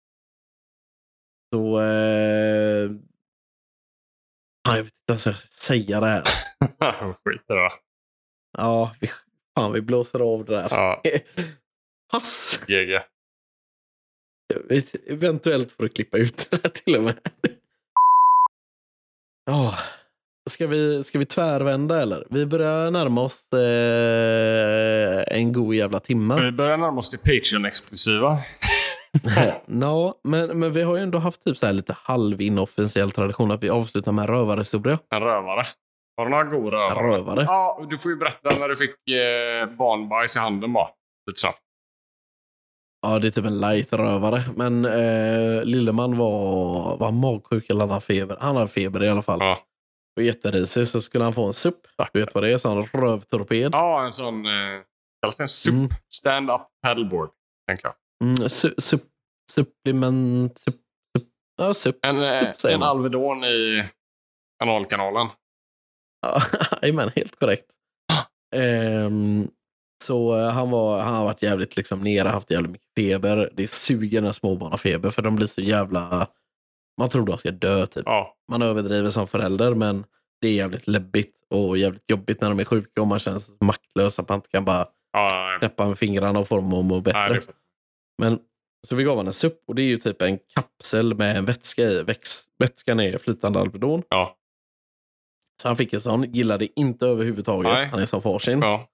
C: Så... Eh, ja, jag vet inte ens hur jag ska säga det här.
B: [LAUGHS] Skit i det då.
C: Ja, vi, fan, vi blåser av det där. [LAUGHS]
B: Ja.
C: Pass!
B: GG.
C: Vi- Eventuellt får du klippa ut det här till och med. Ja, Ska, vi, ska vi tvärvända eller? Vi börjar närma oss eh, en god jävla timme. [LAUGHS]
B: Vi börjar närma oss det Patreon-exklusiva.
C: no, men, men vi har ju ändå haft typ så här lite halv-inofficiell tradition att vi avslutar med en rövarhistoria.
B: En rövare. Har du några god
C: En
B: rövare?
C: Rövare.
B: Ja, du får ju berätta när du fick eh, barnbajs i handen bara. Lite snabbt.
C: Ja, det är typ en light-rövare. Men eh, Lilleman var, var han magsjuk eller hade han feber? Han hade feber i alla fall.
B: Ja.
C: Och jätterisig så skulle han få en SUP.
B: Tack.
C: Du vet vad det är? Så han rövtorped.
B: Ja, en sån... Eh, kallas det en sup?
C: Mm.
B: Stand-up paddleboard, tänker jag.
C: Mm, su, sup, supplement... Sup, sup, ja, SUP. [LAUGHS]
B: En, eh,
C: Sup, säger
B: en
C: man.
B: Alvedon i analkanalen.
C: Ja, Jajamän, helt korrekt. Ehm, så eh, han, var, han har varit jävligt liksom nere, haft jävligt mycket feber. Det suger när småbarn har feber för de blir så jävla... Man tror de ska dö typ.
B: Ja.
C: man överdriver som förälder, men det är jävligt läbbigt och jävligt jobbigt när de är sjuka och man känner sig maktlös att man inte kan bara
B: ja nej,
C: knäppa med fingrarna och få dem att må
B: nej, det är
C: bättre.
B: för-
C: Men så vi gav honom en SUP och det är ju typ en kapsel med en vätska i. Väx, vätskan är flytande Alvedon.
B: ja.
C: Så han fick en sån, gillade inte överhuvudtaget.
B: Nej.
C: Han är som farsin.
B: ja.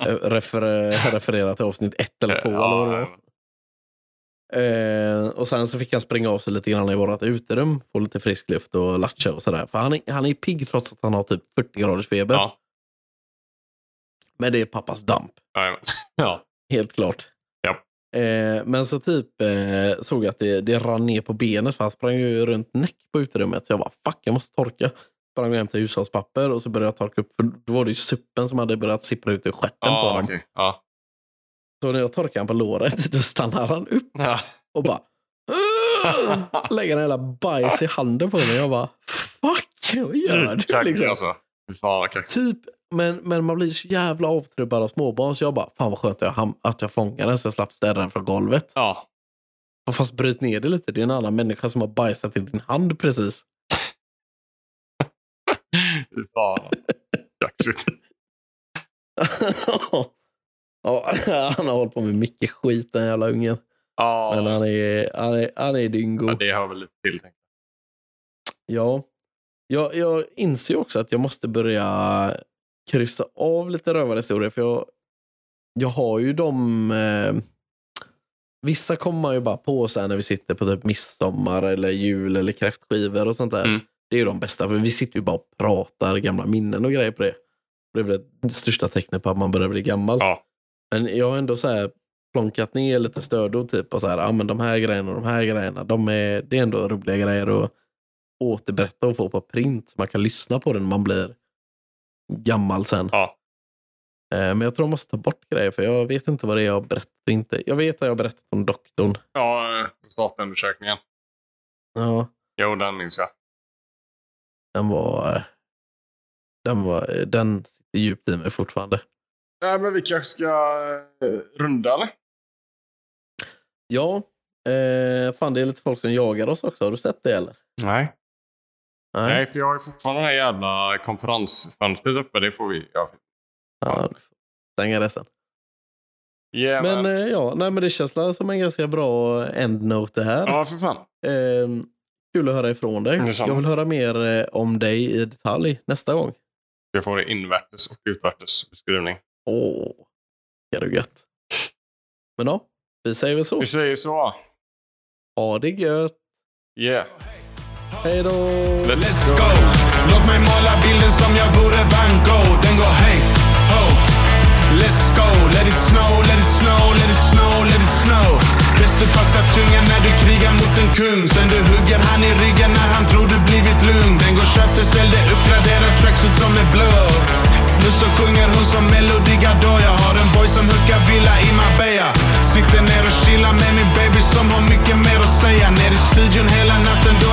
C: Eh, Refer, refererar till avsnitt ett eller två. eller vad det var.
B: ja,
C: Eh, och sen så fick han springa av sig lite grann i vårt uterum. Få lite frisk luft och latcha och sådär. För han är, han är pigg trots att han har typ 40 graders feber.
B: ja.
C: Men det är pappas damp,
B: Ja, ja.
C: helt klart.
B: Ja.
C: Eh, men så typ eh, såg jag att det, det rann ner på benet för han sprang ju runt näck på uterummet. Så jag bara fuck, jag måste torka. Sprang och hämtade hushållspapper
B: Ah,
C: och så började jag torka upp. För då var det ju suppen som hade börjat sippra ut ur stjärten på
B: ja
C: honom.
B: okej. Ja.
C: Så när jag torkar han på låret, [LAUGHS] då stannar han upp
B: Ja.
C: och bara... "Ugh!" Lägger en jävla bajs i handen på mig. Jag bara... Fuck, vad gör du?
B: Tack,
C: Liksom.
B: Alltså. Fy fan vad kaxigt.
C: Typ, men, men man blir så jävla avtrubbad av småbarn så jag bara, fan vad skönt att jag, ham- att jag fångade den så jag slapp städa den från golvet.
B: Ja.
C: Fast bryt ner det lite, det är en annan människa som har bajsat i din hand precis. [LAUGHS]
B: Fy fan. Kaxigt.
C: ja, han har hållit på med mycket skit den jävla ungen. Men
B: Ja,
C: han är, han är, han är dyngo.
B: ja, det hör väl lite till. tänker
C: Ja. Jag, jag inser ju också att jag måste börja kryssa av lite rövarhistorier. För jag, jag har ju de... Eh, vissa kommer man ju bara på så här när vi sitter på typ midsommar eller jul eller kräftskivor och sånt där.
B: Mm.
C: Det är ju de bästa. För vi sitter ju bara och pratar gamla minnen och grejer på det. Det är väl det största tecknet på att man börjar bli gammal.
B: Ja.
C: Men jag har ändå så här plonkat ner lite stödord. Typ, och så här, ah, men de här grejerna och de här grejerna. De är, det är ändå roliga grejer att återberätta och få på print. Man kan lyssna på den när man blir gammal sen.
B: Ja.
C: Eh, Men jag tror jag måste ta bort grejer för jag vet inte vad det är jag har berättat och inte. Jag vet att jag har berättat om doktorn.
B: Ja, eh, prostatundersökningen.
C: Ja,
B: Jo, den minns jag.
C: den var... eh, Den, var, eh, den sitter djupt i mig fortfarande.
B: Nej, men vi kanske ska eh, runda, eller?
C: Ja, eh, fan det är lite folk som jagar oss också. Har du sett det eller?
B: Nej. Nej, för jag har ju fortfarande det här jävla konferensfönstret uppe. Det får vi... Ja.
C: Ja, du får stänga det sen.
B: Yeah,
C: Men
B: men,
C: eh, ja, nej, men det känns la som en ganska bra eh, endnote det här.
B: ja, för fan.
C: Ehm, kul att höra ifrån dig.
B: Detsamma.
C: Jag vill höra mer eh, om dig i detalj nästa gång.
B: Jag får det invärtes och utvärtes beskrivning.
C: Åh, är du gött. Men ja, vi säger väl så.
B: Vi säger så.
C: Ha det gött.
B: Yeah.
C: Hej då!
A: Let's go! Låt mig måla bilden som jag vore Van Gogh Den går hej, ho Let's go! Let it snow, let it snow, let it snow, let it snow Bäst du passar tungan när du krigar mot en kung Sen du hugger han i ryggen när han tror du blivit lugn Den går köpte, sålde, uppgraderad tracksuit som är blå Nu så sjunger hon som Melody Gardot Jag har en boy som hookar villa i Marbella Sitter ner och chillar med min baby som har mycket mer att säga Ner i studion hela natten då